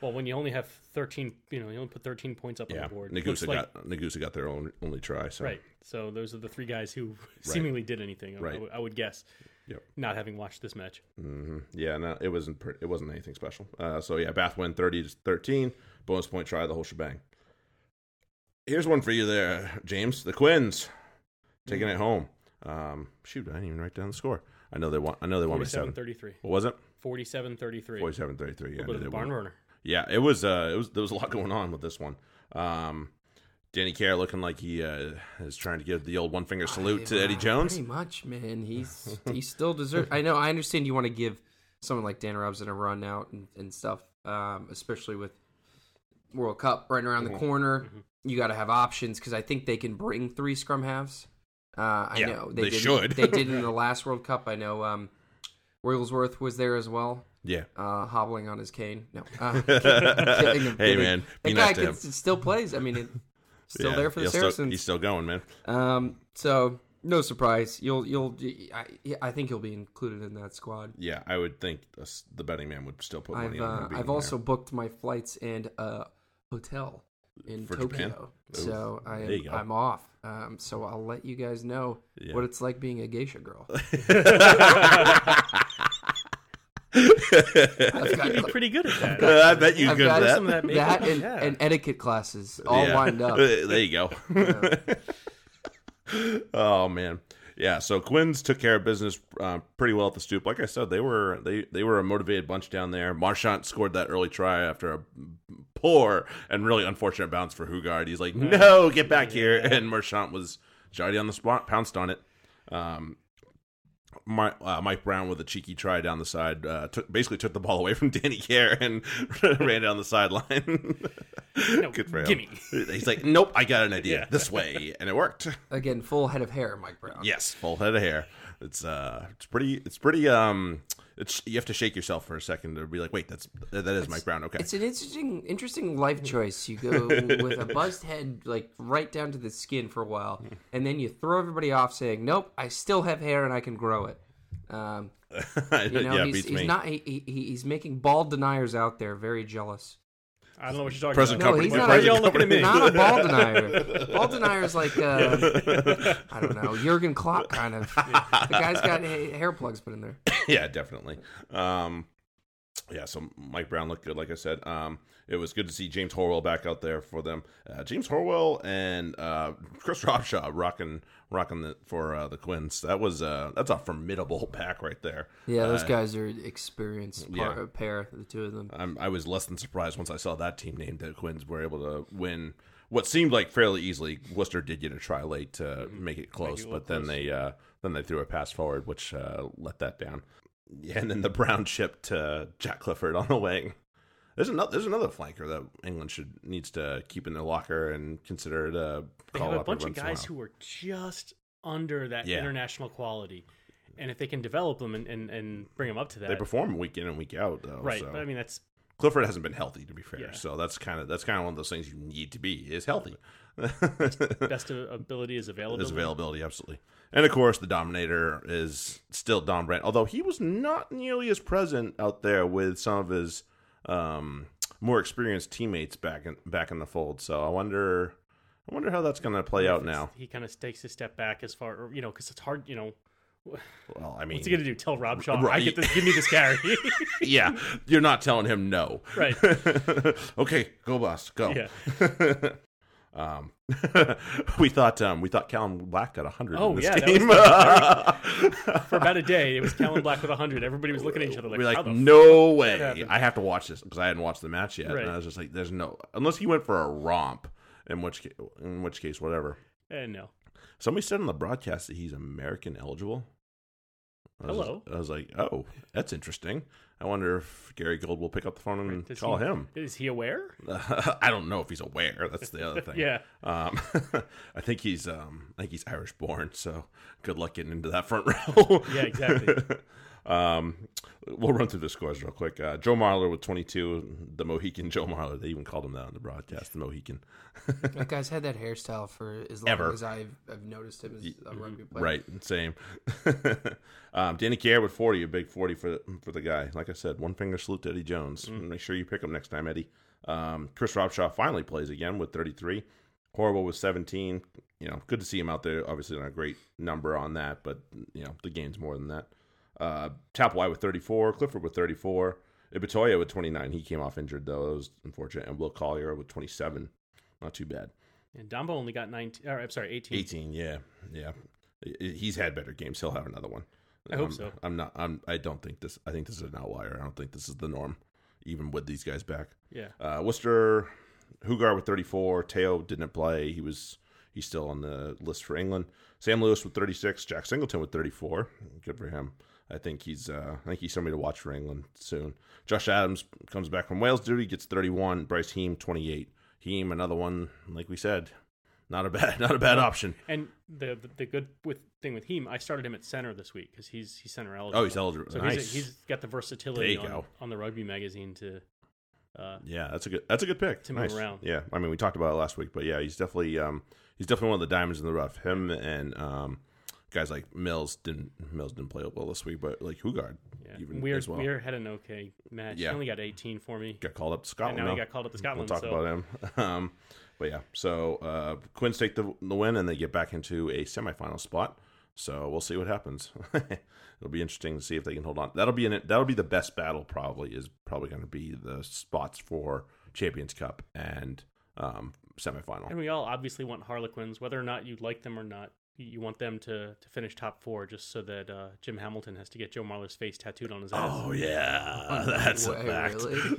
B: well, when you only have thirteen, you know, you only put thirteen points up
A: yeah,
B: on the board. Looks
A: Nagusa
B: like-
A: got Nagusa got their own only try. So
B: right. So those are the three guys who seemingly did anything. I- I
A: Right.
B: would- I would guess.
A: Yep.
B: Not having watched this match.
A: hmm Yeah, no, it wasn't. pre- It wasn't anything special. Uh, so yeah, Bath win thirty to thirteen. Bonus point try the whole shebang. Here's one for you, there, James. The Quins taking it home. Um, shoot, I didn't even write down the score. I know they want. I know they won by
B: Forty-seven
A: seven.
B: thirty-three.
A: What was it?
B: Forty-seven thirty-three.
A: Forty-seven thirty-three. Yeah, I
B: But
A: knew
B: the
A: they
B: barn
A: won.
B: burner.
A: Yeah, it was. Uh, it was. There was a lot going on with this one. Um, Danny Care looking like he uh, is trying to give the old one finger salute to
C: Yeah,
A: Eddie Jones.
C: Pretty much, man. He's he still deserves. I know. I understand you want to give someone like Dan Robson a run out and, and stuff, um, especially with World Cup right around
A: Mm-hmm.
C: the corner. You got to have options because I think they can bring three scrum halves. Uh, I
A: Yeah,
C: know
A: they
C: didn't-
A: should.
C: they did in the last World Cup. I know um, Wigglesworth was there as well,
A: Yeah.
C: uh, hobbling on his cane. No, uh,
A: hey
C: kidding, I'm kidding.
A: man,
C: that
A: be
C: guy
A: nice to
C: can-
A: him.
C: still plays. I mean, it, still
A: Yeah,
C: there for the
A: he'll still-
C: Saracens.
A: he's still going, man.
C: Um, so no surprise, you'll you'll I, I think you'll be included in that squad.
A: Yeah, I would think the s- the betting man would still put money
C: I've
A: on
C: uh,
A: him being
C: I've also booked my flights and a hotel in
A: For Japan?
C: Tokyo, so I
A: There you go.
C: am, I'm off. Um, so I'll let you guys know
A: Yeah.
C: what it's like being a geisha girl.
A: there.
C: I've got
B: You'd be pretty good at that.
A: I bet you
C: I've
A: good
C: got
A: at that.
B: Some of that,
C: that
B: makeup,
C: and,
B: yeah.
C: and etiquette classes all
A: Yeah.
C: lined up.
A: there you go. oh man, yeah. So Quinn's took care of business uh, pretty well at the stoop. Like I said, they were they they were a motivated bunch down there. Marchant scored that early try after a poor and really unfortunate bounce for Hugard. He's like, "No, get back here!" And Marchant was Jody on the spot, pounced on it. Um, my, uh, Mike Brown with a cheeky try down the side, uh, took, basically took the ball away from Danny Care and ran down the sideline.
B: No,
A: Good for him.
B: gimme.
A: He's like, nope, I got an idea this way, and it worked.
C: Again, full head of hair, Mike Brown.
A: Yes, full head of hair. It's uh, it's pretty, it's pretty. Um, it's you have to shake yourself for a second to be like, wait, that's that is Mike Brown. Okay,
C: It's an interesting, interesting life choice. You go with a buzzed head, like right down to the skin for a while, and then you throw everybody off, saying, "Nope, I still have hair and I can grow it." Um, you know,
A: yeah,
C: he's,
A: beats
C: he's
A: me.
C: not. He, he, he's making bald deniers out there, very jealous.
B: I don't know what you're talking
A: Present
B: about.
A: company.
C: he's not
B: Why are
A: present
B: y'all looking at
A: company.
B: me?
C: Not a ball denier. Ball denier's like, uh, I don't know, Jurgen Klopp kind of. The guy's got ha- hair plugs put in there.
A: yeah, definitely. Um, yeah, so Mike Brown looked good, like I said. Um, it was good to see James Horwell back out there for them. Uh, James Horwell and uh, Chris Robshaw rocking rocking the, for uh, the Quins. That was uh, that's a formidable pack right there.
C: Yeah, those
A: Uh,
C: guys are experienced par-
A: yeah.
C: pair, the two of them.
A: I'm, I was less than surprised once I saw that team named that Quins were able to win what seemed like fairly easily. Worcester did get a try late to make it close, but then they uh, then they threw a pass forward, which uh, let that down. Yeah, and then the Brown chip to Jack Clifford on the wing. There's another there's another flanker that England should needs to keep in their locker and consider to
B: They
A: call
B: have a
A: up
B: bunch
A: every
B: of
A: once in a
B: guys
A: while.
B: who are just under that
A: Yeah.
B: international quality, and if they can develop them and, and, and bring them up to that,
A: they perform week in and week out though.
B: right?
A: so.
B: But I mean, that's
A: Clifford hasn't been healthy, to be fair.
B: Yeah.
A: So that's kind of that's kind of one of those things you need to be is healthy.
B: best of ability is available.
A: His availability, absolutely. And of course, the Dominator is still Dom Brandt, although he was not nearly as present out there with some of his um, more experienced teammates back in back in the fold. So I wonder, I wonder how that's going to play out now.
B: He kind of takes a step back as far, or, you know, because it's hard, you know.
A: Well, I mean,
B: What's he gonna do? Tell Rob Shaw,
A: Right.
B: I get this. Give me this carry,
A: yeah, you're not telling him no.
B: right?
A: okay, go, boss, go.
B: Yeah.
A: Um, we thought um, we thought Callum Black got hundred.
B: Oh,
A: in this
B: yeah, that was
A: game.
B: For about a day, it was Callum Black with hundred. Everybody was looking at each other like,
A: we're
B: "How
A: like,
B: the
A: no way.
B: happened?"
A: I have to watch this because I hadn't watched the match yet,
B: Right.
A: and I was just like, there's no unless he went for a romp, in which ca- in which case, whatever.
B: f-" Eh, no,
A: Somebody said on the broadcast that he's American eligible. I was
B: Hello.
A: I was like, oh, that's interesting. I wonder if Gary Gold will pick up the phone and
B: Does
A: call
B: he-
A: him.
B: Is he aware?
A: I don't know if he's aware. That's the other thing.
B: Yeah.
A: Um, I think he's um, I think he's Irish born, so good luck getting into that front row.
B: Yeah, exactly.
A: Um, we'll run through the scores real quick. Uh, Joe Marler with 22, the Mohican Joe Marler. They even called him that on the broadcast, the Mohican.
C: That guy's had that hairstyle for as long
A: Ever.
C: as I've, I've noticed him as a rugby player.
A: Right, same. um, Danny Kier with 40, a big 40 for for the guy. Like I said, one finger salute to Eddie Jones. Make sure you pick him next time, Eddie. Um, Chris Robshaw finally plays again with 33. Horrible with 17. You know, good to see him out there. Obviously, not a great number on that, but, you know, the game's more than that. Uh, Tap White with 34. Clifford with 34. Ibatoya with 29. He came off injured, though. That was unfortunate. And Will Collier with 27. Not too bad.
B: And Dombo only got 19, or I'm sorry, 18.
A: 18 yeah yeah I- I- he's had better games he'll have another one
B: I hope
A: I'm-
B: so.
A: i'm not i'm i don't think this i think this is an outlier i don't think this is the norm even with these guys back
B: Yeah.
A: uh worcester hugar with 34 teo didn't play he was he's still on the list for england sam lewis with 36 jack singleton with 34 good for him I think he's uh, I think he's somebody to watch for England soon. Josh Adams comes back from Wales duty, gets 31. Bryce Heem 28. Heem another one like we said, not a bad not a bad option.
B: And the, the the good with thing with him, I started him at center this week because he's he's center eligible.
A: Oh, he's eligible.
B: So
A: nice.
B: he's, he's got the versatility
A: There you
B: on,
A: go.
B: on the rugby magazine to. Uh,
A: yeah, that's a good. That's a good pick.
B: To move
A: nice.
B: around.
A: Yeah, I mean, we talked about it last week, but yeah, he's definitely um, he's definitely one of the diamonds in the rough. Him and um, guys like Mills didn't Mills didn't play well this week, but like Hugard
B: yeah.
A: even
B: Weir,
A: as well
B: Weir had an okay match.
A: Yeah.
B: He only got 18 for me.
A: got called up to
B: And
A: Scotland.
B: now he
A: though.
B: got called up to Scotland.
A: We'll talk
B: so
A: about him. Um, but yeah, so uh, Quinns take the, the win and they get back into a semifinal spot. So we'll see what happens. It'll be interesting to see if they can hold on. That'll be an, that'll be the best battle. Probably is probably going to be the spots for Champions Cup and um, semifinal.
B: And we all obviously want Harlequins, whether or not you like them or not. You you want them to, to finish top four just so that uh, Jim Hamilton has to get Joe Marler's face tattooed on his ass.
A: Oh yeah, that's a
C: Wait,
A: fact.
C: really?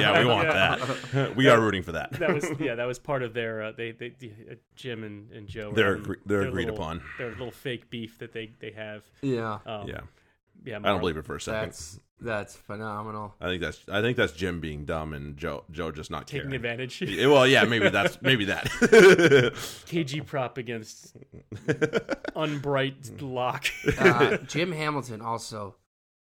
A: Yeah, we want
B: Yeah.
A: that. We are rooting for that.
B: that was yeah, that was part of their uh, they they uh, Jim and, and Joe. were
A: They're
B: having
A: agree- they're
B: their
A: agreed
B: little-
A: upon.
B: Their little fake beef that they they have.
C: Yeah,
B: Um,
A: yeah,
B: yeah.
A: I don't believe it for a second.
C: that's that's phenomenal.
A: I think that's I think that's Jim being dumb and Joe Joe just not
B: taking
A: caring.
B: advantage.
A: Yeah, well, yeah, maybe that's maybe that.
B: KG prop against unbright lock.
C: Uh, Jim Hamilton also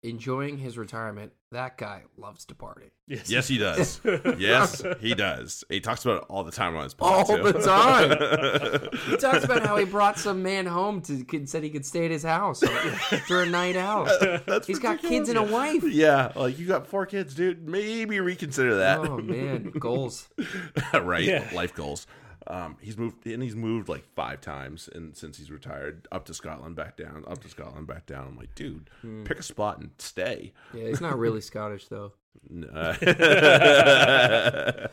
C: enjoying his retirement. That guy loves to party
A: yes, he does. Yes, he does. He talks about it all the time on his
C: all
A: podcast.
C: the time. he talks about how he brought some man home to and said he could stay at his house for a night out. He's got kids and a wife.
A: Yeah, like you got four kids, dude. Maybe reconsider that.
C: Oh man, goals.
A: right,
B: Yeah.
A: life goals. Um, he's moved and he's moved like five times, and since he's retired, up to Scotland, back down, up to Scotland, back down. I'm like, dude,
C: Hmm.
A: pick a spot and stay.
C: Yeah, he's not really Scottish though.
A: Uh,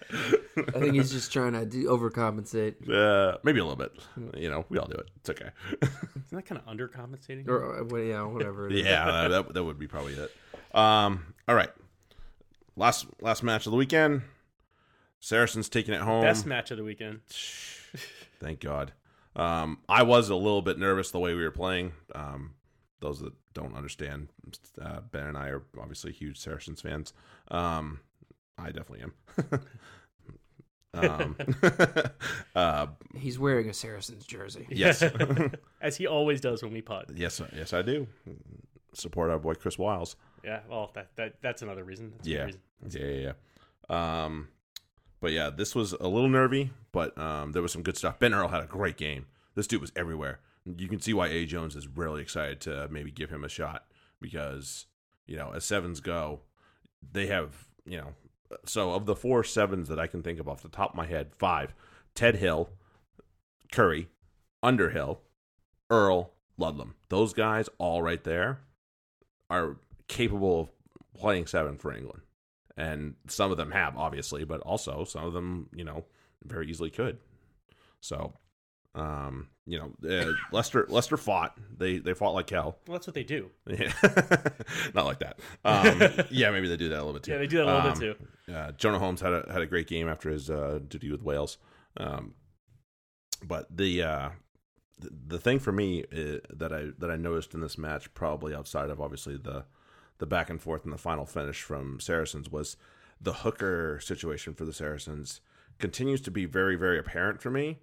C: I think he's just trying to do, overcompensate.
A: uh, maybe a little bit. You know, we all do it. It's okay.
B: Isn't that kind of undercompensating?
C: Or uh, well, yeah, whatever. it is.
A: yeah, uh, that, that would be probably it. Um, all right, last last match of the weekend. Saracen's taking it home.
B: Best match of the weekend.
A: Thank God. Um, I was a little bit nervous the way we were playing. Um, those that don't understand, uh, Ben and I are obviously huge Saracens fans. Um, I definitely am. um, uh,
C: He's wearing a Saracens jersey.
A: yes,
B: As he always does when we putt.
A: yes, yes, I do support our boy Chris Wiles.
B: Yeah, well, that, that that's another reason. That's
A: Yeah.
B: another reason.
A: Yeah, yeah, yeah. Um, but yeah, this was a little nervy, but um, there was some good stuff. Ben Earl had a great game. This dude was everywhere. You can see why A Jones is really excited to maybe give him a shot because you know as sevens go, they have you know. So of the four sevens that I can think of off the top of my head, five: Ted Hill, Curry, Underhill, Earl, Ludlam. Those guys all right there are capable of playing seven for England. And some of them have, obviously, but also some of them, you know, very easily could. So, um, you know, uh, Lester Lester fought. They they fought like hell.
B: Well, that's what they do.
A: Yeah. Not like that. Um, yeah, maybe they do that a little bit too.
B: Yeah, they do that a little
A: Um,
B: bit too.
A: uh, Jonah Holmes had a had a great game after his uh, duty with Wales, um, but the uh, th- the thing for me uh, that I that I noticed in this match, probably outside of obviously the the back and forth and the final finish from Saracens, was the hooker situation for the Saracens continues to be very very apparent for me.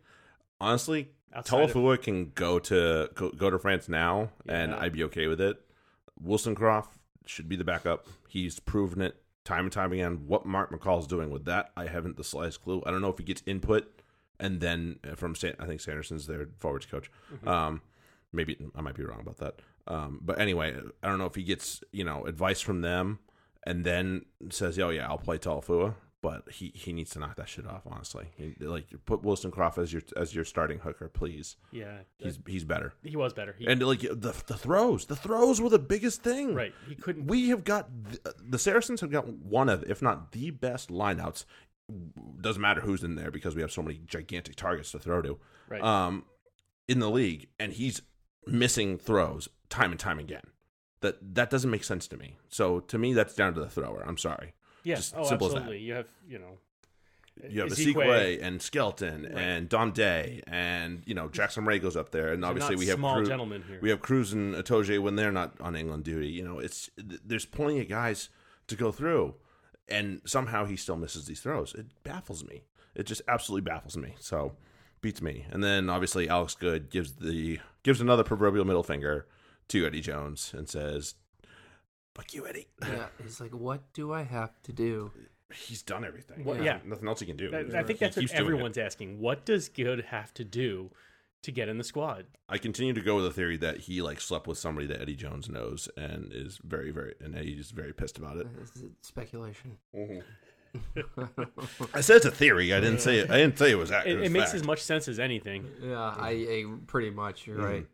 A: Honestly,
B: Outside of-
A: Telefua can go to go, go to France now, and
B: Yeah.
A: I'd be okay with it. Wilson Croft should be the backup. He's proven it time and time again. What Mark McCall's doing with that, I haven't the slightest clue. I don't know if he gets input, and then uh, from San- I think Sanderson's their forwards coach.
B: Mm-hmm.
A: Um, maybe I might be wrong about that. Um, but anyway, I don't know if he gets you know advice from them, and then says, "Oh yeah, I'll play Talafua." But he, he needs to knock that shit off. Honestly, He- like put Wilson Croft as your as your starting hooker, please.
B: Yeah,
A: He's he's better.
B: he was better. He,
A: And like the the throws, the throws were the biggest thing.
B: right, he couldn't.
A: We have got the, the Saracens have got one of, if not the best lineouts. Doesn't matter who's in there because we have so many gigantic targets to throw to.
B: Right.
A: Um, in the league, and he's missing throws time and time again. That that doesn't make sense to me. So to me, that's down to the thrower. I'm sorry.
B: yeah,
A: just
B: oh,
A: simple as that.
B: absolutely. You have you know.
A: You have
B: Ezekwe,
A: Ezekiel and Skelton and Dom Day and you know Jackson Ray goes up there and
B: they're
A: obviously
B: not
A: we have
B: small
A: Cru-
B: gentlemen here.
A: We have Cruz and Atoje when they're not on England duty. You know, it's th- there's plenty of guys to go through, and somehow he still misses these throws. It baffles me. It just absolutely baffles me. So beats me. And then obviously Alex Good gives the gives another proverbial middle finger to Eddie Jones and says, "Fuck you, Eddie."
C: Yeah, he's like, what do I have to do?
A: He's done everything.
B: Well,
A: There's
B: yeah.
A: nothing else he can do.
B: That- I think
A: He
B: that's what
A: keeps doing it.
B: everyone's asking. What does Good have to do to get in the squad?
A: I continue to go with the theory that he like slept with somebody that Eddie Jones knows and is very, very, and Eddie's very pissed about it.
C: This is speculation.
A: I said it's a theory. I didn't say it. I didn't say it was accurate.
B: It, it
A: It's
B: makes
A: fact.
B: as much sense as anything.
C: Yeah, I, I pretty much.
A: Hmm.
C: You're right.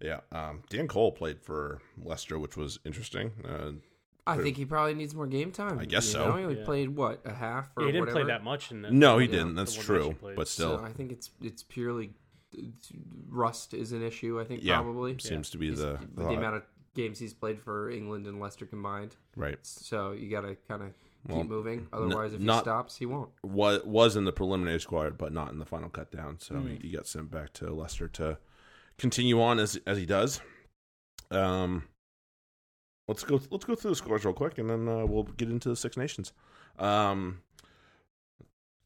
A: Yeah. Um, Dan Cole played for Leicester, which was interesting. Uh,
C: I think he probably needs more game time.
A: I guess
C: you
A: so.
C: Know? He
B: Yeah.
C: played what a half or
B: he didn't
C: whatever.
B: play that much in the
A: no, he
C: Yeah,
A: didn't. That's
B: the one
A: true.
B: that she played.
A: But
C: So
A: still,
C: I think it's it's purely it's- rust is an issue. I think
A: yeah,
C: probably
A: seems to be
C: He's-
A: the,
C: the amount of games he's played for England and Leicester combined.
A: right.
C: So you got to kind of keep
A: Well,
C: moving. Otherwise, if he
A: not-
C: stops, he won't.
A: Was was in the preliminary squad, but not in the final cutdown. So he, he got sent back to Leicester to continue on as as he does. Um, let's go. Let's go through the scores real quick, and then uh, we'll get into the Six Nations. Um,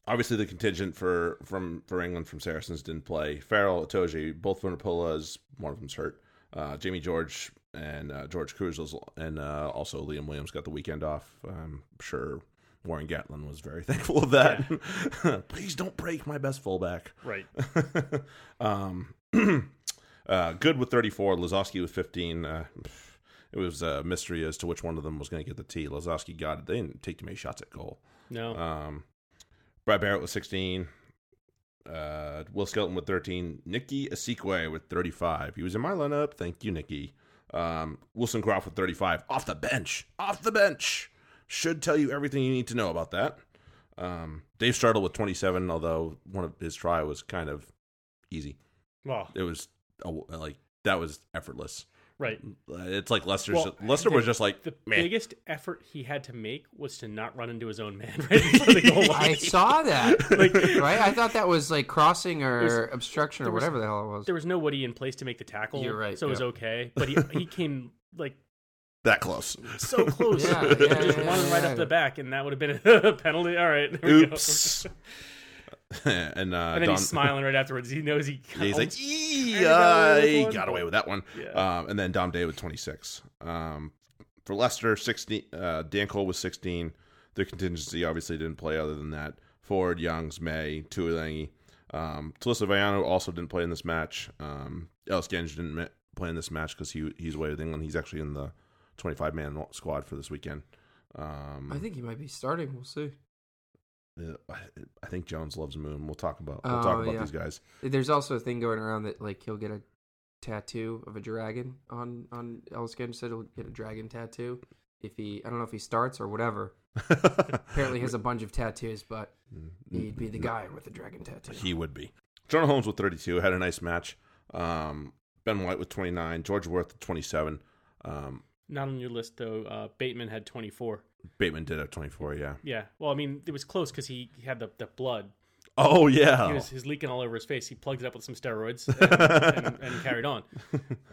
A: obviously, the contingent for from for England from Saracens didn't play. Farrell, Atoji, both Vunipolas, one of them's hurt. Uh, Jamie George and uh, George Cruz was- and uh, also Liam Williams got the weekend off. I'm sure Warren Gatlin was very thankful of that. Please don't break my best fullback.
B: Right.
A: um, uh, good with 34, Lazowski with 15. Uh, it was a mystery as to which one of them was going to get the tee. Lazowski got it. They didn't take too many shots at goal.
B: No.
A: Um, Brad Barrett with 16. Uh, Will Skelton with 13. Nikki Asikwe with 35. He was in my lineup. Thank you, Nikki. Um, Wilson Croft with 35. Off the bench. Off the bench. Should tell you everything you need to know about that. Um, Dave Startle with 27, although one of his try was kind of easy.
B: well,
A: It was a, like that was effortless.
B: right.
A: It's like Lester's.
B: Well,
A: Lester was just like
B: The
A: meh.
B: biggest effort he had to make was to not run into his own man right in front of the goal
C: I
B: line.
C: saw that.
B: Like,
C: right? I thought that was like crossing or
B: There's-
C: obstruction or
B: there was-
C: whatever the hell it was.
B: there was nobody in place to make the tackle.
C: You're right,
B: So it was
C: yeah.
B: okay. But he, he came like
A: that close.
B: so close.
C: Yeah, yeah,
B: just
C: yeah,
B: one
C: yeah,
B: right
C: yeah.
B: up the back, and that would have been a penalty. All right. there we go.
A: Oops. and uh,
B: And then
A: Don,
B: he's smiling right afterwards. He knows he.
A: Yeah, he's like,
B: almost-
A: "Eee,
B: kinda got away with
A: I
B: one,
A: got
B: but-
A: away with that one.
B: Yeah.
A: Um, and then Dom Day with 26. Um, for Leicester, 16. Uh, Dan Cole was 16. Their contingency obviously didn't play other than that. Ford, Youngs, May, Tuolangi. Um, Talisa Viano also didn't play in this match. Um, Ellis Genge didn't ma- play in this match because he he's away with England. He's actually in the 25 man squad for this weekend. Um,
C: I think he might be starting. We'll see.
A: uh, I think Jones loves Moon. We'll talk about we'll
C: Oh,
A: talk about
C: yeah.
A: these guys.
C: There's also a thing going around that like he'll get a tattoo of a dragon on on Elliskin said he'll get a dragon tattoo if he I don't know if he starts or whatever. Apparently he has a bunch of tattoos, but he'd be the guy with the dragon tattoo.
A: Hmm. He would be. Jonah Holmes with 32 had a nice match. Um, ben White with 29. George Worth with 27. Um,
B: Not on your list though. Uh, Bateman had 24.
A: Bateman did have 24. Yeah.
B: Yeah. Well, I mean, it was close because he, he had the, the blood.
A: Oh yeah.
B: He was, he was leaking all over his face. He plugged it up with some steroids and, and, and carried on.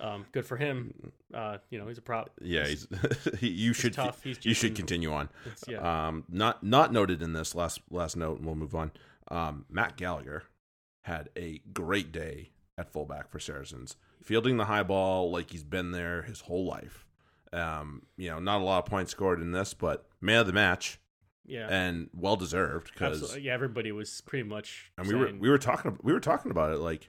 B: Um, good for him. Uh, you know, he's a prop.
A: yeah. He's, he, you should
B: tough, he's
A: you should
B: juicing.
A: continue on.
B: It's- yeah.
A: Um, not not noted in this last last note, and we'll move on. Um, Matt Gallagher had a great day at fullback for Saracens, fielding the high ball like he's been there his whole life, Um, you know, not a lot of points scored in this, but man of the match
B: Yeah.
A: and well deserved because
B: Absolutely. Yeah, everybody was pretty much.
A: and we were
B: saying-
A: we were talking we were talking about it like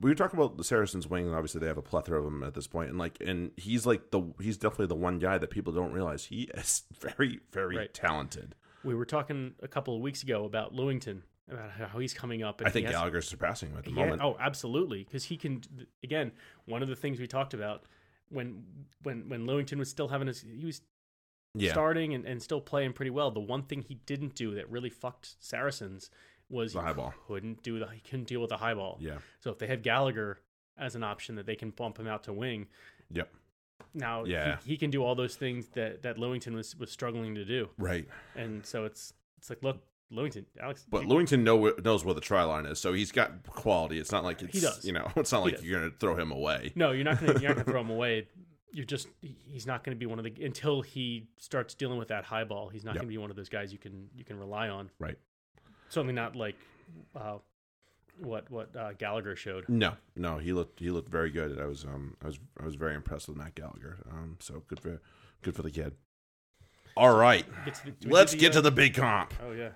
A: we were talking about the Saracens wing and obviously they have a plethora of them at this point and like and he's like the he's definitely the one guy that people don't realize he is very very
B: Right.
A: talented.
B: we were talking a couple of weeks ago about Lewington about how he's coming up. And
A: I think
B: he has-
A: Gallagher's surpassing him at the
B: Yeah,
A: moment.
B: oh, absolutely, because he can. Again, one of the things we talked about when when when Lewington was still having his, he was
A: yeah.
B: starting and, and still playing pretty well. The one thing he didn't do that really fucked Saracens was
A: The
B: he
A: high ball.
B: couldn't do the he couldn't deal with the high ball.
A: yeah.
B: So if they have Gallagher as an option that they can bump him out to wing,
A: Yep.
B: now
A: Yeah.
B: he, he can do all those things that that Lewington was was struggling to do.
A: Right.
B: And so it's it's like look, Lewington, Alex,
A: But
B: you-
A: Lewington know, knows where the try line is, so he's got quality. It's not like it's
B: does.
A: you know, it's not like
B: does.
A: you're going to throw him away.
B: No, you're not gonna you're not gonna throw him away. You're just he's not gonna be one of the until he starts dealing with that high ball. He's not
A: Yep.
B: gonna be one of those guys you can you can rely on.
A: Right.
B: Certainly not like uh, what what uh, Gallagher showed.
A: No, no, he looked he looked very good. I was um I was I was very impressed with Matt Gallagher. Um, so good for good for the kid. All right,
B: Get to the- do we do
A: let's get
B: uh,
A: to the big comp.
B: Oh yeah,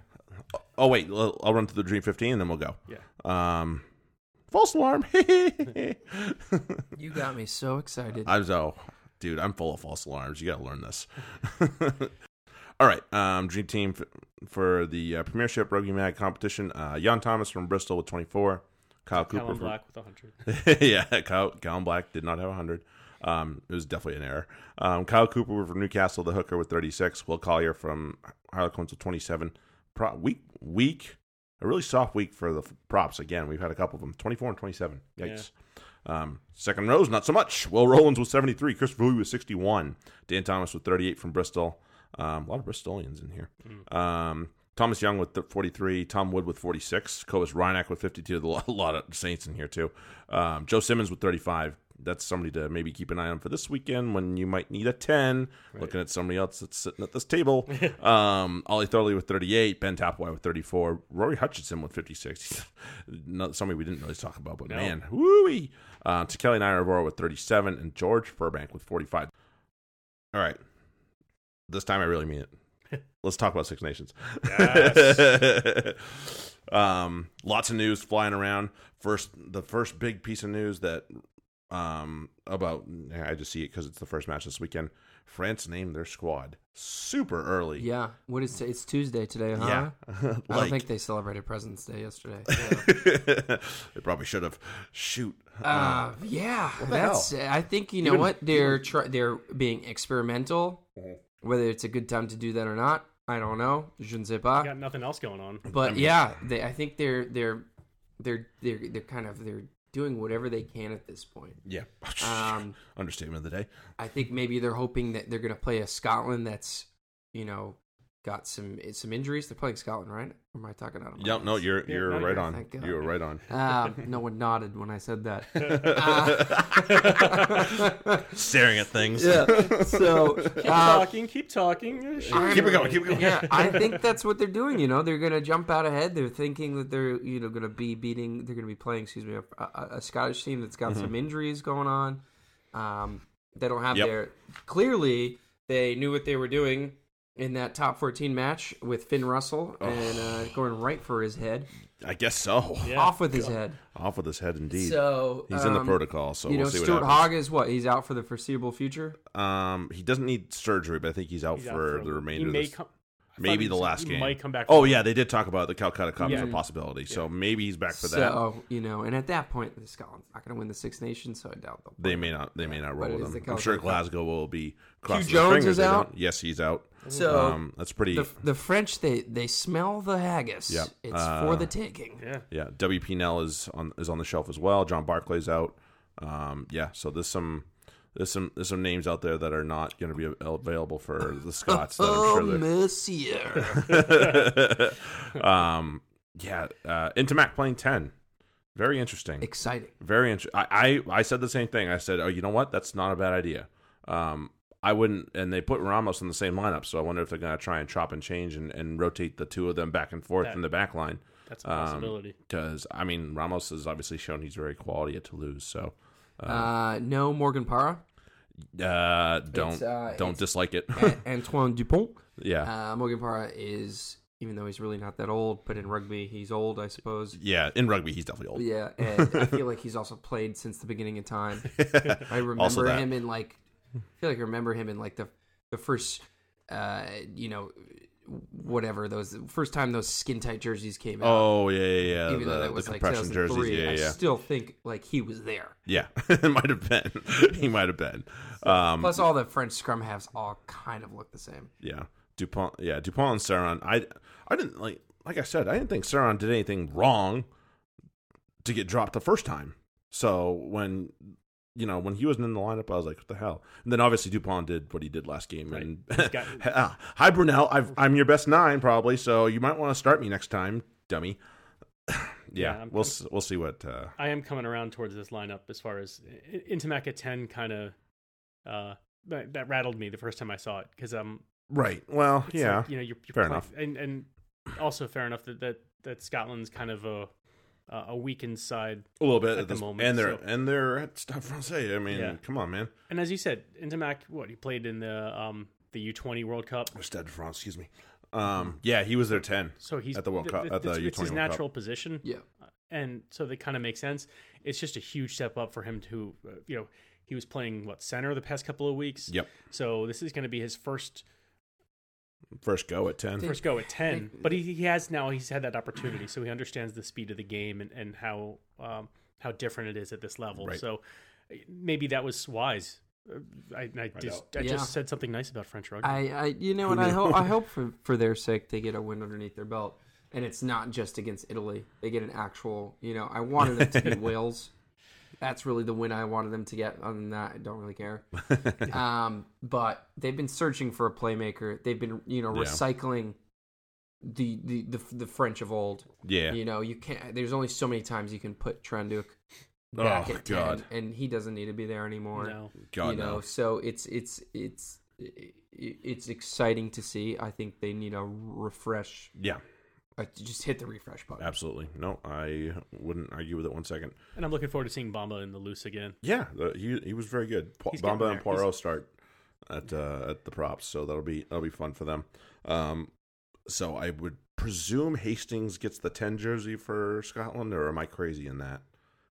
A: Oh wait, I'll, I'll run through the Dream 15 and then we'll go.
B: yeah.
A: Um, false alarm.
C: You got me so excited.
A: I'm so oh, dude. I'm full of false alarms. You got to learn this. All right, um, Dream Team f- for the uh, Premiership Rugby Mag competition. Uh, Jan Thomas from Bristol with 24. Kyle Cooper
B: Callum
A: from
B: Black with hundred.
A: yeah, Kyle, Callum Black did not have 100. Um, it was definitely an error. Um, Kyle Cooper from Newcastle, the hooker with 36. Will Collier from Harlequins with 27. Pro- week, week, a really soft week for the f- props. Again, we've had a couple of them 24 and 27. Yikes. Um, second rows, not so much. Will Rollins with 73. Chris Vui with 61. Dan Thomas with 38 from Bristol. Um, a lot of Bristolians in here. Um, Thomas Young with th- 43, Tom Wood with 46, Koas Reinach with 52. There's a lot of Saints in here, too. Um, Joe Simmons with 35. That's somebody to maybe keep an eye on for this weekend when you might need a 10. Looking at somebody else that's sitting at this table. um, Ollie Thurley with 38, Ben Tapway with 34, Rory Hutchinson with 56. Not somebody we didn't really talk about, but man, wooey. Uh, Tekeli Nairavora with 37, and George Furbank with 45. All right. This time I really mean it let's talk about Six Nations. um, lots of news flying around. First, the first big piece of news that um about I just see it because it's the first match this weekend. France named their squad super early.
C: yeah. What is it's Tuesday today, huh?
A: Yeah.
C: I don't
A: like
C: think they celebrated President's Day yesterday.
A: they probably should have. Shoot.
C: Uh, yeah,
A: the
C: that's. I think you know
A: Even- Mm-hmm.
C: what they're try, they're being experimental. Whether it's a good time to do that or not, I don't know. Je ne sais pas.
B: Got nothing else going on.
C: But yeah, they, I think they're they're they're they're they're kind of they're doing whatever they can at this point.
A: Yeah.
C: Um,
A: Understatement of the day.
C: I think maybe they're hoping that they're going to play a Scotland that's you know got some some injuries. They're playing Scotland, right? Or am I talking out of my
A: Yep. No,
C: ass?
A: you're you're
B: no,
A: right
B: you're-
A: on.
C: thank God.
A: You were right on.
C: Um, no one nodded when I said that. Uh,
A: Staring at things.
C: yeah. So
B: Keep
C: uh,
B: talking. Keep talking.
C: I'm-
A: Keep it going, keep it going.
C: Yeah, I think that's what they're doing. You know, they're going to jump out ahead. They're thinking that they're you know going to be beating. They're going to be playing. Excuse me, a, a, a Scottish team that's
A: Mm-hmm.
C: got some injuries going on. Um, they don't have
A: Yep.
C: their. Clearly, they knew what they were doing in that top fourteen match with Finn Russell and uh, going right for his head,
A: I guess so.
B: Yeah.
C: off with his head.
A: Off with his head, indeed.
C: So
A: He's in the
C: um,
A: protocol, so
C: You
A: we'll
C: know,
A: see what
C: Stuart
A: happens.
C: Hogg is what he's out for the foreseeable future.
A: Um, he doesn't need surgery, but I think he's out,
B: He's out
A: for,
B: for-
A: the
B: he
A: remainder. of
B: may
A: this,
B: come- I thought
A: maybe
B: he
A: the
B: said
A: last
B: he
A: game.
B: might come back
A: Oh
B: for-
A: yeah, they did talk about the Calcutta Cup as a
B: Yeah.
A: possibility, so maybe he's back for that.
C: So you know, and at that point, the Scotland's not going to win the Six Nations, so I doubt they'll.
A: They may not. They may not roll
C: it
A: with
C: is
A: him.
C: the
A: I'm sure
C: Calcutta Cup.
A: Glasgow will be. crossing their
C: Jones
A: fingers
C: is
A: they don't.
C: out?
A: Yes, he's out.
C: So
A: um, that's pretty.
C: the, the French they they smell the haggis.
A: Yep.
C: It's
A: Uh,
C: for the taking.
B: Yeah.
A: yeah, WP Nell is on is on the shelf as well. John Barclay's out. Um, yeah, so there's some there's some there's some names out there that are not going to be available for the Scots. that I'm
C: Oh,
A: sure they're-
C: monsieur.
A: um, yeah, uh, Intimac playing ten. Very interesting.
C: Exciting.
A: Very interesting. I, I I said the same thing. I said, oh, you know what? That's not a bad idea. Um, I wouldn't. And they put Ramos in the same lineup, so I wonder if they're going to try and chop and change and, and rotate the two of them back and forth
B: That-
A: in the back line.
B: That's
A: Um,
B: a possibility.
A: Because I mean, Ramos has obviously shown he's very quality at Toulouse. So
C: Uh, no Uh, Morgan Parra.
A: Uh, don't
C: It's, uh,
A: don't
C: it's-
A: dislike it.
C: A- Antoine Dupont.
A: yeah,
C: Uh, Morgan Parra is, even though he's really not that old, but in rugby he's old, I suppose.
A: yeah. In rugby, he's definitely old.
C: Yeah, and I feel like he's also played since the beginning of time. I remember
A: that.
C: him in like, I feel like I remember him in like the the first, uh, you know, whatever those first time those skin tight jerseys came out.
A: Oh yeah, yeah, yeah.
C: even though
A: The,
C: that
A: the
C: was like
A: compression
C: 2003,
A: jerseys. Yeah,
C: I
A: yeah,
C: still think like he was there.
A: yeah. it might have been. he might have been. Um,
C: Plus, all the French scrum halves all kind of look the same.
A: Yeah, Dupont. Yeah, Dupont and Saron. I, I didn't like. Like I said, I didn't think Saron did anything wrong to get dropped the first time. So when you know when he wasn't in the lineup, I was like, "What the hell?" And then obviously Dupont did what he did last game. And
B: got-
A: Ah, hi Brunel, I've, I'm your best nine probably, so you might want to start me next time, dummy. yeah,
B: Yeah, I'm-
A: we'll s we'll see what. Uh,
B: I am coming around towards this lineup as far as I- Intimac at 10 kind of uh that, that rattled me the first time I saw it cuz um
A: right. Well,
B: it's
A: yeah,
B: like, you know you're, you're
A: Fair
B: playing-
A: enough.
B: and and also fair enough that that, that Scotland's kind of a a a weakened side
A: a little bit
B: at
A: at,
B: the
A: this,
B: moment,
A: and they're
B: so-
A: and they're at Stade Francais. I mean,
B: Yeah.
A: come on, man.
B: and as you said Intimac what he played in the um the U20 World Cup
A: or Stade de France, excuse me.
C: Mm-hmm.
A: Um, yeah, he was their ten.
B: so he's
A: At the World
B: th-
A: Cup-
B: th-
A: at the
B: it's, it's his
A: U20 World Cup.
B: natural position
C: Yeah,
B: and so that kind of makes sense. It's just a huge step up for him to, uh, you know, he was playing what center the past couple of weeks.
A: Yep.
B: So this is going to be his first
A: First go at ten.
B: first go at ten, but he, he has now he's had that opportunity, so he understands the speed of the game and and how um, how different it is at this level.
A: Right.
B: So uh, maybe that was wise. Uh, I, I just I
C: Yeah.
B: just said something nice about French rugby.
C: I, I you know, and I hope I hope for for their sake they get a win underneath their belt, and it's not just against Italy. They get an actual, you know, I wanted them to be Wales. That's really the win I wanted them to get. Other than that, I don't really care. um, but they've been searching for a playmaker. They've been, you know,
A: Yeah.
C: recycling the, the the the French of old.
A: Yeah,
C: You know, you can't. There's only so many times you can put Trenduk
A: Oh,
C: back at ten,
A: God.
C: and he doesn't need to be there anymore
B: no.
A: God
C: you know
A: no.
C: so it's it's it's i- i- it's exciting to see i think they need a refresh
A: Yeah,
C: uh, to just hit the refresh button
A: absolutely. No, I wouldn't argue with it one second.
B: And I'm looking forward to seeing Bamba in the loose again.
A: Yeah, the, he he was very good. Po-
B: He's getting
A: Bamba and
B: there.
A: Poirot start at uh, at the props, so that'll be that'll be fun for them. Um, so I would presume Hastings gets the ten jersey for Scotland, or am I crazy in that?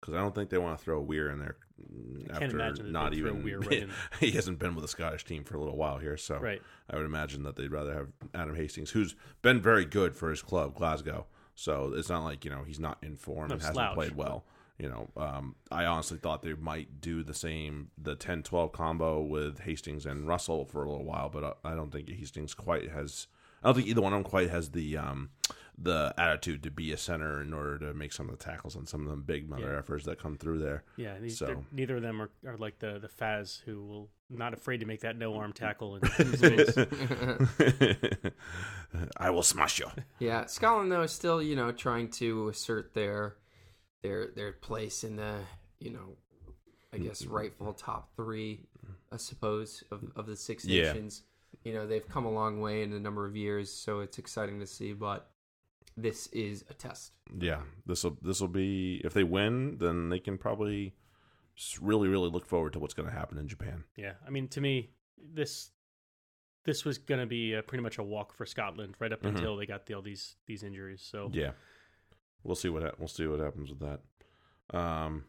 A: Because I don't think they want to throw Weir in there. mm,
B: I can't imagine that they'd throw Weir right in.
A: he hasn't been with the Scottish team for a little while here, so
B: Right.
A: I would imagine that they'd rather have Adam Hastings, who's been very good for his club, Glasgow. So it's not like you know he's not in form
B: No
A: and hasn't
B: slouch.
A: played well. You know, um, I honestly thought they might do the same the 10-12 combo with Hastings and Russell for a little while, but uh, I, I don't think Hastings quite has. I don't think either one of them quite has the um, the attitude to be a center in order to make some of the tackles on some of the big mother
B: Yeah.
A: efforts that come through there.
B: Yeah, these,
A: So-
B: they're- neither of them are, are like the the Faz who will not afraid to make that no arm tackle and lose.
A: I will smash you.
C: yeah scotland though is still you know trying to assert their their their place in the you know i guess
A: Mm-hmm.
C: rightful top three i suppose of, of the six
A: Yeah.
C: nations you know they've come a long way in a number of years so it's exciting to see but this is a test
A: Yeah, this will this will be if they win, then they can probably s- really really look forward to what's going to happen in Japan.
B: yeah, I mean to me this this was going to be uh pretty much a walk for Scotland right up
A: Mhm.
B: until they got the, all these these injuries. So
A: Yeah, we'll see what hap- we'll see what happens with that. Um,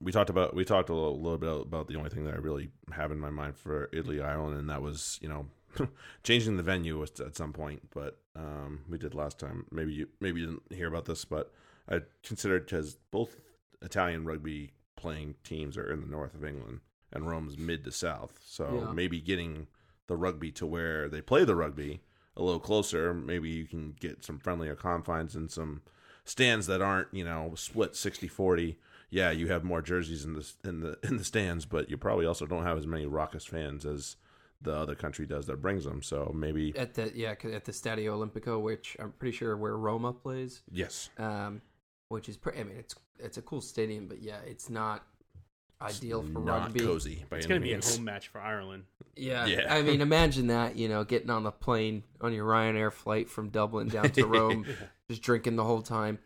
A: we talked about we talked a little, little bit about the only thing that I really have in my mind for Italy Ireland, and that was you know changing the venue was- at some point, but um, we did last time. Maybe you maybe you didn't hear about this, but I considered because both Italian rugby playing teams are in the north of England, and Rome's mid to south, so
C: Yeah.
A: maybe getting the rugby to where they play the rugby a little closer, maybe you can get some friendlier confines and some stands that aren't you know split 60-40 yeah you have more jerseys in the in the in the stands but you probably also don't have as many raucous fans as the other country does that brings them so maybe
C: at the yeah 'cause at the Stadio Olimpico, which I'm pretty sure where Roma plays,
A: yes
C: um, which is pretty. I mean, it's it's a cool stadium, but yeah, it's not ideal for
A: not
C: rugby.
A: cozy by
B: it's
A: any
B: going to be a
A: means.
B: home match for Ireland.
C: Yeah,
A: Yeah.
C: I mean, imagine that. You know, getting on the plane on your Ryanair flight from Dublin down to Rome, just drinking the whole time.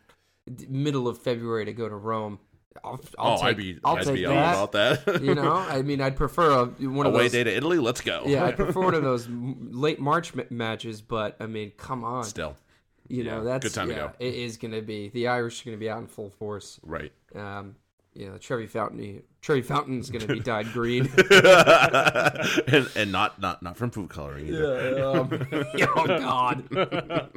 C: D- Middle of February to go to Rome. I'll,
A: oh,
C: I'll take,
A: I'd be,
C: I'll
A: I'd
C: take
A: be all
C: that.
A: about that.
C: You know, I mean, I'd prefer a, one of
A: away
C: those.
A: day to Italy. Let's go.
C: Yeah, I'd prefer one of those m- late March m- matches. But I mean, come on,
A: Still,
C: you
A: yeah,
C: know that's
A: good time to
C: yeah,
A: go.
C: It is going to be the Irish are going to be out in full force.
A: right.
C: Um, you know, Trevi Fountain, Trevi Fountain's going to be dyed green.
A: and, and not not not from food coloring either.
C: Um, oh God!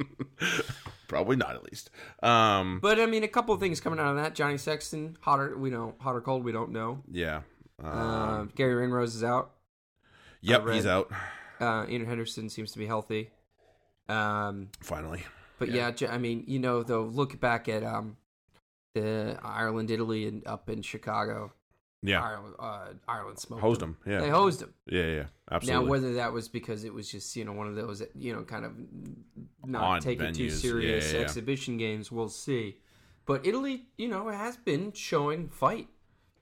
A: Probably not at least. Um,
C: But I mean, a couple of things coming out of that. Johnny Sexton, hot or we don't hot or cold, we don't know.
A: yeah. Uh,
C: Um, Gary Ringrose is out.
A: yep,
C: read-
A: he's out
C: Uh, Ian Henderson seems to be healthy. Um,
A: finally.
C: but
A: Yeah.
C: yeah. J I I mean, you know, though, look back at um, the Ireland, Italy, and up in Chicago,
A: Yeah,
C: Ireland, uh, Ireland smoked
A: hosed
C: them.
A: him. Yeah,
C: They hosed them.
A: yeah, yeah.
C: Now,
A: Absolutely.
C: whether that was because it was just you know one of those you know kind of not
A: Odd
C: taken too
A: venues. Yeah,
C: serious
A: yeah, yeah.
C: exhibition games, we'll see. But Italy, you know, has been showing fight,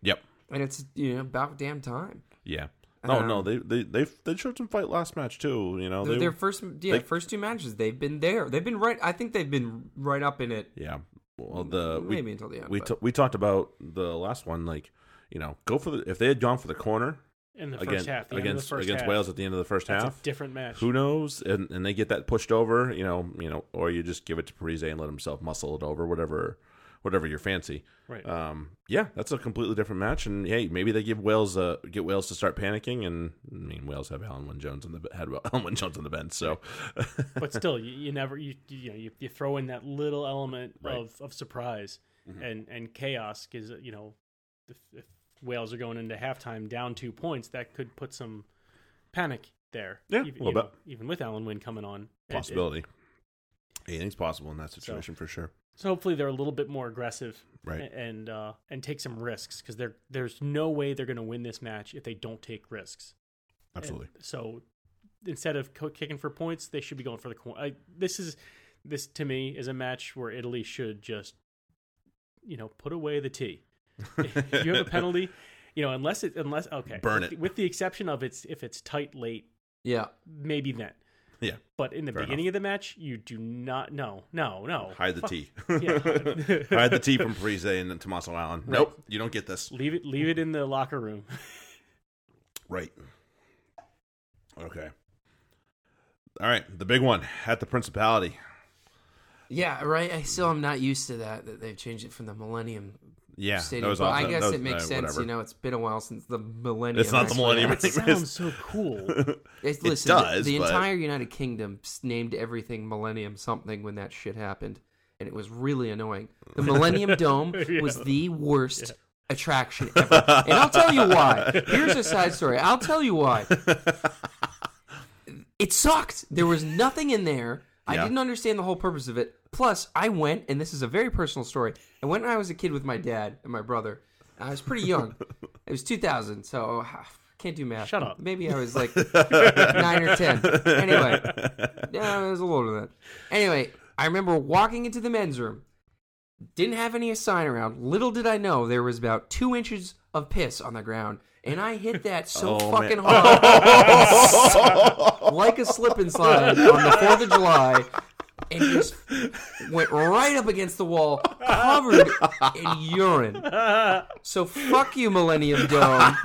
A: yep.
C: and it's you know about damn time.
A: Yeah. No,
C: Um,
A: no. They they they they showed some fight last match too. You know. They,
C: Their first yeah
A: they-
C: first two matches, they've been there. They've been right. I think they've been right up in it.
A: yeah. Well, the we-
C: maybe until the end.
A: we
C: but-
A: t- we talked about the last one like you know go for the if they had gone for the corner
B: In the first
A: against
B: half, the end of the
A: against
B: first
A: against
B: half,
A: Wales at the end of the first
B: that's
A: half
B: a different match.
A: who knows and and they get that pushed over you know you know or you just give it to Parise and let himself muscle it over whatever whatever your fancy
B: Right.
A: um yeah that's a completely different match and hey maybe they give Wales uh get Wales to start panicking and I mean Wales have Alan Wynne Jones on the had Alan Wynne Jones on the bench so
B: but still, you, you never you you know you, you throw in that little element
A: Right. Mm-hmm.
B: of, of surprise and and chaos because you know if, if Wales are going into halftime down two points, that could put some panic there.
A: Yeah,
B: even,
A: a little
B: you know,
A: bit.
B: even with Alan Wynn coming on, It- it-
A: possibility anything's possible in that situation for sure
B: so hopefully they're a little bit more aggressive
A: right
B: a- and uh, and take some risks because there there's no way they're going to win this match if they don't take risks. And
A: absolutely
B: so instead of co- kicking for points, they should be going for the corner. I, this is this to me is a match where Italy should just you know put away the tee. if you have a penalty, you know unless it unless okay
A: Burn
B: with,
A: it.
B: with the exception of it's if it's tight late
C: yeah,
B: maybe then.
A: Yeah.
B: But in the
A: Fair
B: beginning of the match, you do not. No, no, no.
A: Hide the
B: Fuck
A: tea.
B: Yeah, hide-
A: hide the tea from Parise and Tommaso Allen. Nope, you don't get this.
B: Leave it. Leave it in the locker room.
A: Right. Okay. All right, the big one at the Principality.
C: yeah, right. I still am not used to that that they've changed it from the Millennium
A: Yeah,
C: Stadium. But I guess it makes sense. You know, it's been a while since the Millennium.
A: uh, It's not the
C: actually
A: Millennium.
C: happened.
B: That sounds so cool.
C: It's,
A: It
C: listen, the-
A: does,
C: The,
A: but-
C: entire United Kingdom s- named everything Millennium something when that shit happened, and it was really annoying. The Millennium Dome was the worst attraction ever, and I'll tell you why. Here's a side story. I'll tell you why. It sucked. There was nothing in there. I
A: Yeah.
C: didn't understand the whole purpose of it. Plus, I went, and this is a very personal story. I went when I was a kid with my dad and my brother. I was pretty young. it was 2000, so I can't do math.
B: Shut up.
C: Maybe I was like nine or ten. Anyway, yeah, it was a little older than that. Anyway, I remember walking into the men's room. Didn't have any sign around. Little did I know there was about two inches of piss on the ground, and I hit that so
A: Oh, man.
C: fucking hard, like a slip and slide on the Fourth of July, and just went right up against the wall, covered in urine. So fuck you, Millennium Dome.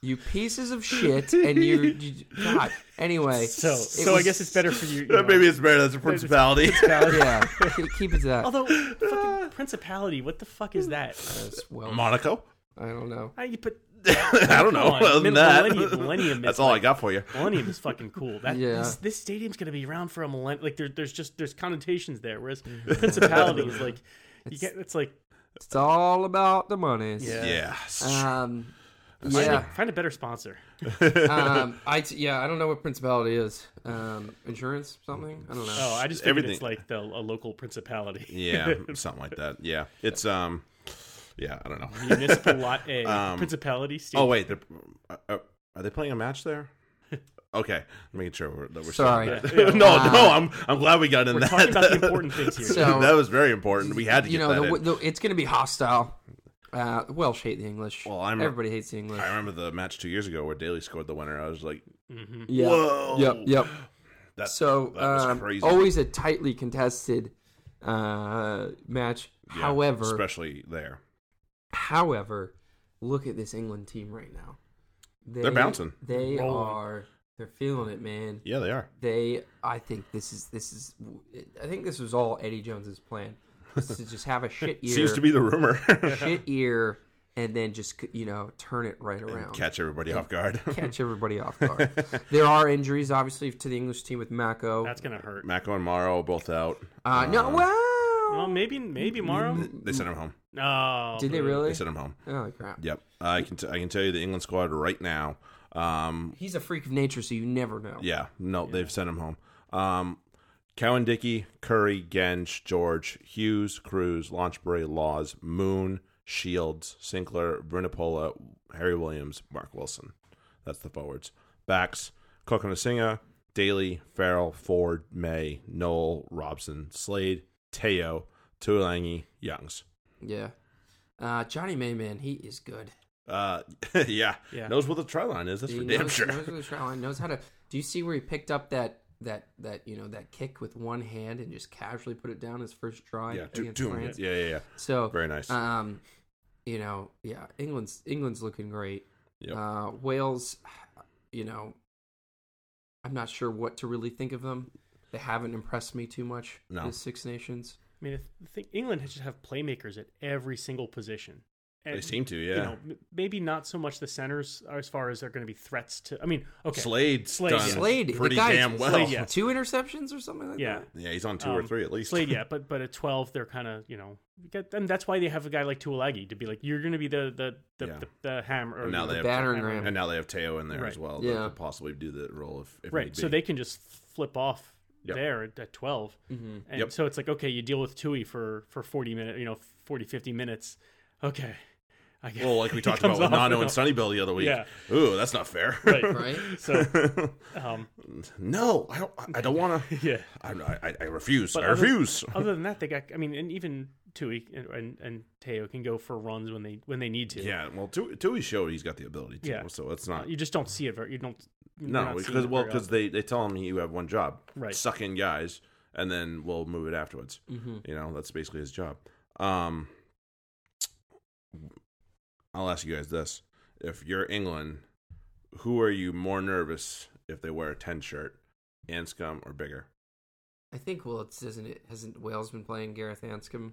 C: You pieces of shit, and you, you God. Anyway,
B: So, so I
C: was-
B: guess it's better for you. you know.
A: Maybe it's better that's a Principality.
C: yeah, keep- keep it to that.
B: Although, fucking principality, what the fuck is that?
A: Uh,
C: That's- well,
A: Monaco?
C: I don't know.
B: I, but
A: I don't know.
B: on,
A: Other than
B: Mil-
A: that,
B: Millennium- Millennium
A: that's
B: is
A: all I
B: like-
A: got for you.
B: Millennium is fucking cool. That
C: Yeah.
B: this, this stadium's gonna be around for a millennium. Like there, there's just there's connotations there. Whereas
C: Mm-hmm.
B: principality is like you get it's like
C: It's all about the monies.
B: Yeah.
A: Yeah.
C: Um.
B: find, a,
C: Yeah.
B: find a better sponsor.
C: Um. I. T- yeah. I don't know what principality is. Um. Insurance. Something. I don't know.
B: Oh, I just figured
A: Everything-
B: it's like the a local principality.
A: yeah, something like that. Yeah. It's, um, yeah, I don't know.
B: Municipal lot A
A: Um,
B: principality. Stadium.
A: Oh wait, they're, uh, uh, are they playing a match there? Okay, I'm making sure we're, that we're
C: Sorry.
A: still- no, no, I'm I'm glad we got in
B: we're
A: that.
B: talking about the important things here.
C: So-
A: that was very important. Oh, We had to get
C: you know,
A: that
C: the,
A: in.
C: the, it's going to be hostile. Uh, Welsh hate the English.
A: Well, I'm-
C: everybody hates the English.
A: I remember the match two years ago where Daly scored the winner. I was like,
B: Mm-hmm.
C: yeah.
A: whoa,
C: Yep. Yep.
A: That,
C: So
A: that was
C: um,
A: crazy.
C: always a tightly contested uh, match.
A: Yeah,
C: However,
A: especially there,
C: However, look at this England team right now. They,
A: They're bouncing.
C: They
B: Rolling.
C: are. They're feeling it, man.
A: Yeah, they are.
C: They. I think this is. This is. I think this was all Eddie Jones's plan. was to just have a shit year.
A: Seems to be the rumor.
C: shit year, and then just you know turn it right around.
A: Catch everybody off guard.
C: catch everybody off guard. there are injuries, obviously, to the English team with Mako.
B: That's gonna hurt.
A: Mako and Morrow are both out.
C: Uh, no, well,
B: Well, maybe maybe Morrow.
A: They sent him home.
B: No,
C: did Mm-hmm. they
B: boo.
A: They
C: really?
A: sent him home.
C: Oh crap!
A: Yep. I can t- I can tell you the England squad right now. Um,
C: He's a freak of nature, so you never know.
A: yeah, no, they've sent him home. Um, Cowan Dickey, Curry, Gensh, George, Hughes, Cruz, Launchbury, Laws, Moon, Shields, Sinclair, Brunapola, Harry Williams, Mark Wilson. That's the forwards. Backs, Kokonasinga, Daly, Farrell, Ford, May, Noel, Robson, Slade, Teo, Tulangi, Youngs.
C: Yeah. Uh, Johnny Mayman, he is good.
A: Uh, yeah.
B: Yeah.
A: Knows what the try line is. That's
C: He
A: for damn
C: knows,
A: sure.
C: knows where the try line, knows how to. Do you see where he picked up that that that you know that kick with one hand and just casually put it down his first try
A: Yeah, do,
C: against
A: doing
C: France?
A: it. Yeah, yeah, yeah.
C: So
A: Very nice.
C: Um, you know, yeah, England's England's looking great.
A: Yep.
C: Uh, Wales, you know, I'm not sure what to really think of them. They haven't impressed me too much.
A: No.
C: The Six Nations.
B: I mean, I think England should have playmakers at every single position. And,
A: they seem to,
B: you
A: yeah.
B: know, m- maybe not so much the centers as far as they're going to be threats to. I mean, okay,
A: Slade,
B: Slade,
A: done
B: yeah.
C: Slade,
A: pretty
C: the guy,
A: damn well.
B: Slade, yeah.
C: Two interceptions or something like
B: yeah,
C: that.
A: Yeah, he's on uh, two or
B: Um,
A: three at least.
B: Slade, yeah, but but at twelve, they're kind of you know, you get- and that's why they have a guy like Tuolagi to be like, you're going to be the the the,
A: Yeah.
B: the, the hammer. Or
A: And now
B: the,
A: they have-
C: Battering
B: hammer.
C: ram.
A: and now they have Teo in there
B: Right.
A: as well.
C: Yeah.
A: Yeah, to possibly do the role if, if
B: right,
A: need be.
B: so they can just flip off
A: Yep.
B: there at, at twelve,
C: Mhm.
B: and
A: Yep.
B: so it's like okay, you deal with Tui for for forty minutes, you know, 40, 50 minutes. Okay, I guess.
A: Well, like we
B: he
A: talked
B: comes
A: about with
B: off
A: Nano and
B: off.
A: Sunnybill the other week.
B: Yeah.
A: Ooh, that's not fair.
B: Right.
C: Right?
B: So, um,
A: no, I don't. I- I don't want to.
B: yeah.
A: I, I, I refuse.
B: But
A: I
B: other-
A: refuse.
B: Other than that, they got. I mean, and even Tui and, and and Teo can go for runs when they when they need to.
A: yeah. Well, Tui Tui showed he's got the ability to.
B: Yeah.
A: So it's not.
B: You just don't see it. Very, you don't. you're
A: No,
B: not seeing
A: because
B: it
A: well,
B: very
A: because
B: often.
A: they they tell him you have one job,
B: Right.
A: Suck in guys, and then we'll move it afterwards.
C: Mhm.
A: You know, that's basically his job. Um, I'll ask you guys this: If you're England, who are you more nervous if they wear a ten shirt, Anscombe or bigger?
C: I think well, it's isn't it? Hasn't Wales been playing Gareth
A: Well,
C: Anscombe?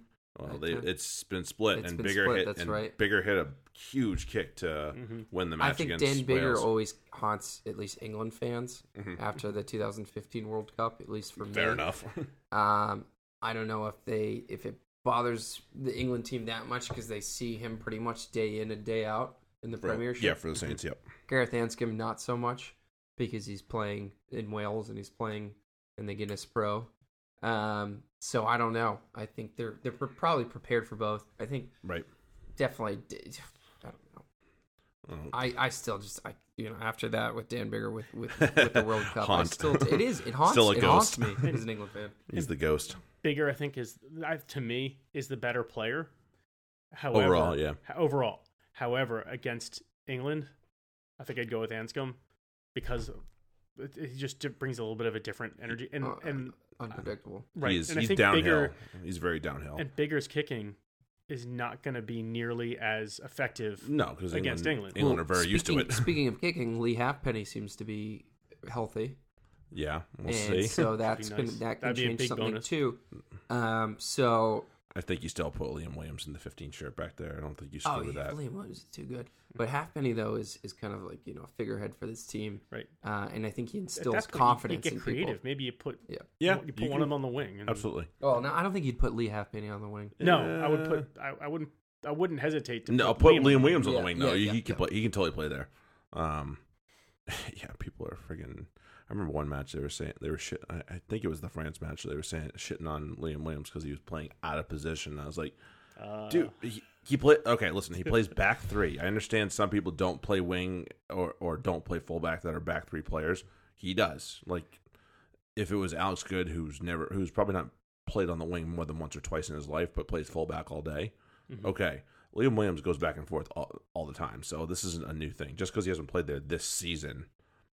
C: Right,
A: they,
C: yeah.
A: it's been split,
C: It's
A: and
C: been
A: bigger
C: split,
A: hit.
C: that's
A: and
C: right. Mm-hmm.
A: Bigger hit a huge kick to win the match
C: I think
A: against
C: Dan Bigger um,
A: Wales.
C: always haunts at least England fans
A: Mhm.
C: after the 2015 World Cup, at least for me.
A: Fair enough.
C: Um, I don't know if they if it bothers the England team that much because they see him pretty much day in and day out in the Premiership.
A: yeah, for the Saints. Yep.
C: Gareth Anscombe not so much because he's playing in Wales and he's playing in the Guinness Pro. Um, so I don't know. I think they're they're pr- probably prepared for both. I think
A: Right.
C: definitely. d- I don't know.
A: Oh,
C: I, I still just I you know after that with Dan Bigger with with, with the World Cup I
A: Haunt.
C: still it is it haunts
A: Still a
C: it haunts me
A: ghost.
C: as an England fan.
A: He's the ghost.
B: Bigger, I think, is I, to me is the better player. However,
A: Overall, yeah.
B: ho- Overall, however, against England, I think I'd go with Anscombe because it, it just di- brings a little bit of a different energy and
C: Uh,
B: and
C: unpredictable.
B: right.
A: He's,
B: and I
A: he's
B: think
A: downhill.
B: bigger
A: he's very downhill.
B: and bigger's kicking is not going to be nearly as effective.
A: no, because
B: against
A: England,
B: England.
A: England
C: Well,
A: are very used to
C: speaking-
A: it.
C: Speaking of kicking, Lee Halfpenny seems to be healthy,
A: yeah, we'll
C: and
A: see.
C: so that's
B: nice.
C: gonna, that can
B: That'd be a
C: change
B: big
C: something
B: bonus.
C: too. Um, so
A: I think you still put Liam Williams in the 15 shirt back there. I don't think you screw
C: oh,
A: with
C: yeah,
A: that.
C: Liam Williams is too good, but Halfpenny though is is kind of like you know a figurehead for this team,
B: Right.
C: uh, and I think he
B: At that
C: instills
B: point, you-
C: confidence
B: You,
C: in
B: get creative.
C: people.
B: Maybe you put
C: Yeah.
A: Yeah,
B: you put
A: you
B: one of
A: can-
B: them on the wing. and-
A: Absolutely.
C: Well, no, I don't think you'd put Lee Halfpenny on the wing.
B: No, I would put. I, I wouldn't. I wouldn't hesitate to.
A: No, I'll put Liam Williams on
C: Yeah,
A: the wing. No,
C: yeah,
A: he,
C: yeah,
A: he can
C: yeah.
A: play. He can totally play there. Um, yeah, people are friggin' I remember one match they were saying they were shit. I, I think it was the France match. They were saying shitting on Liam Williams because he was playing out of position. And I was like,
B: Uh,
A: dude he, he play okay listen he plays back three i understand some people don't play wing or, or don't play fullback that are back three players he does like if it was alex good who's never who's probably not played on the wing more than once or twice in his life but plays fullback all day okay liam williams goes back and forth all, all the time so this isn't a new thing just because he hasn't played there this season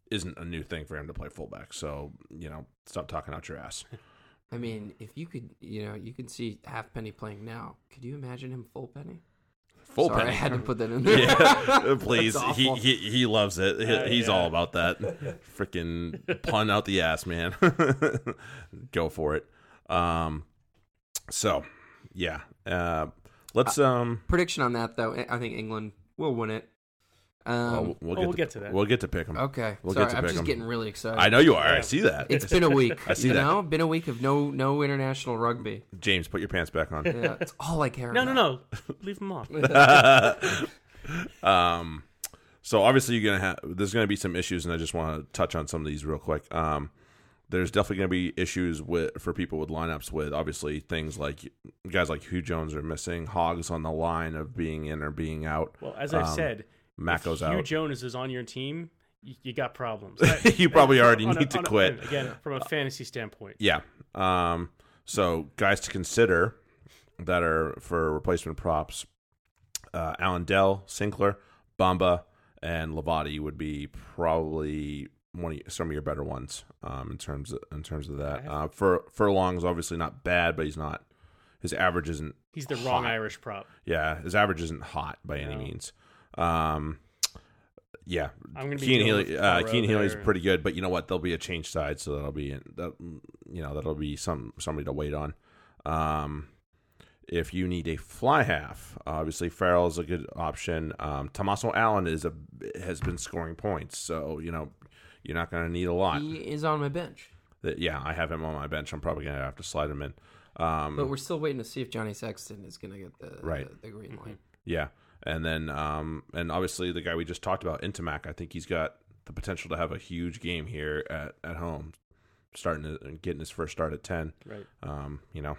A: isn't a new thing for him to play fullback so you know stop talking out your ass
C: I mean, if you could, you know, you can see Halfpenny playing now. Could you imagine him full penny?
A: Bullpen.
C: Sorry, I had to put that in there.
A: yeah, please.
C: That's
A: He,
C: awful.
A: he he loves it. He-
B: Uh,
A: He's
B: yeah.
A: all about that. Freaking pun out the ass, man. Go for it. Um, so yeah, uh, let's um.
C: Prediction on that though, I think England will win it. Um,
A: we'll,
B: oh, we'll
A: to,
B: get to that. Oh,
A: We'll get to pick them.
C: okay,
A: We'll get
C: sorry,
A: to
C: I'm
A: pick
C: just
A: 'em.
C: getting really excited.
A: I know you are. I
B: Yeah.
A: see that.
C: It's been a week.
A: I see
C: you
A: that.
C: know, been a week of no no international rugby.
A: James, put your pants back on.
C: Yeah, it's all I care
B: no, no,
C: about.
B: no. Leave them off.
A: um, so obviously you're gonna have there's gonna be some issues, and I just want to touch on some of these real quick. Um, there's definitely gonna be issues with for people with lineups with obviously things like guys like Hugh Jones are missing, Hogs on the line of being in or being out,
B: Well, as I've
A: Um,
B: said, if
A: Maco's
B: Hugh
A: out.
B: Jones is on your team. You, you got problems.
A: you probably already
B: On a-
A: need to
B: on a-
A: quit. Uh,
B: again from a fantasy standpoint.
A: Yeah. Um, so guys to consider that are for replacement props: uh, Allen Dell, Sinclair, Bamba, and Lavati would be probably one of, y- some of your better ones um, in terms of, in terms of that.
B: Okay.
A: Uh, Fur Furlong's obviously not bad, but he's not his average isn't
B: He's the wrong
A: Hot.
B: Irish prop.
A: yeah his average isn't hot by any
B: No.
A: means. Um, yeah,
B: I'm going to be
A: Keen
B: dealing
A: Healy,
B: with
A: uh,
B: Poirot
A: Keen Healy's
B: there.
A: pretty good, but you know what? There'll be a change side, so that'll be that. You know, that'll be some somebody to wait on. Um, if you need a fly half, obviously Farrell is a good option. Um, Tommaso Allen is a has been scoring points, so you know you're not going to need a lot.
C: He is on my bench,
A: That- yeah, I have him on my bench. I'm probably going to have to slide him in. Um,
C: but we're still waiting to see if Johnny Sexton is going to get the
A: Right.
C: the, the green line.
A: Yeah, and then um, and obviously the guy we just talked about, Intimac. I think he's got the potential to have a huge game here at at home, starting to, getting his first start at ten.
B: Right.
A: Um, you know,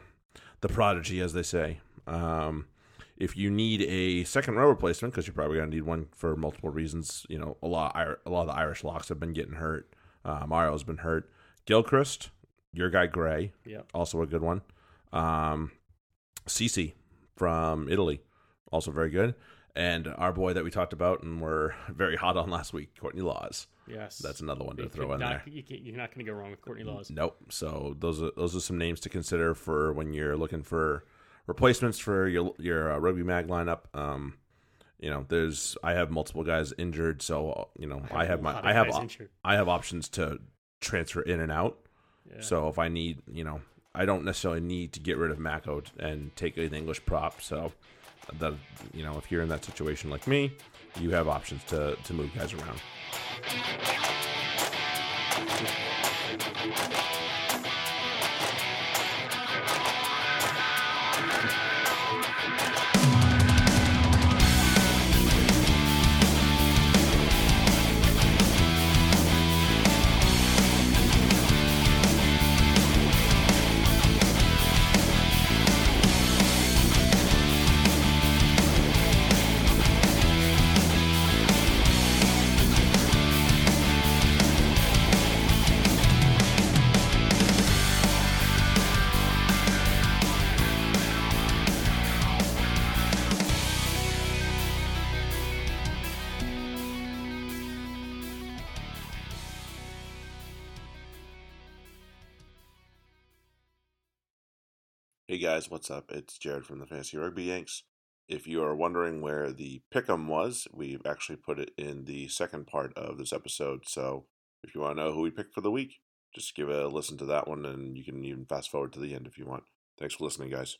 A: the prodigy, as they say. Um, if you need a second row replacement, because you're probably going to need one for multiple reasons, you know, a lot of, Ir- a lot of the Irish locks have been getting hurt. Uh, Mario's been hurt. Gilchrist, your guy Gray,
B: Yep.
A: also a good one. Um, Cece from Italy, also very good. And our boy that we talked about and were very hot on last week, Courtney Laws.
B: Yes.
A: That's another one to
B: You
A: throw
B: could
A: in there. Mm-hmm.
B: not- You can, you're not going to go wrong with Courtney Laws.
A: Nope. So those are those are some names to consider for when you're looking for replacements for your your uh, rugby mag lineup. Um, you know, there's I have multiple guys injured, so uh, you know I have
B: a
A: my
B: lot of
A: I have
B: guys
A: op-
B: injured.
A: I have options to transfer in and out.
B: Yeah.
A: So if I need, you know, I don't necessarily need to get rid of Mako t- and take an English prop. So that you know, if you're in that situation like me, you have options to to move guys around. Hey guys, what's up? It's Jared from the Fantasy Rugby Yanks. If you are wondering where the pick'em was, we've actually put it in the second part of this episode. So if you want to know who we picked for the week, just give a listen to that one, and you can even fast forward to the end if you want. Thanks for listening, guys.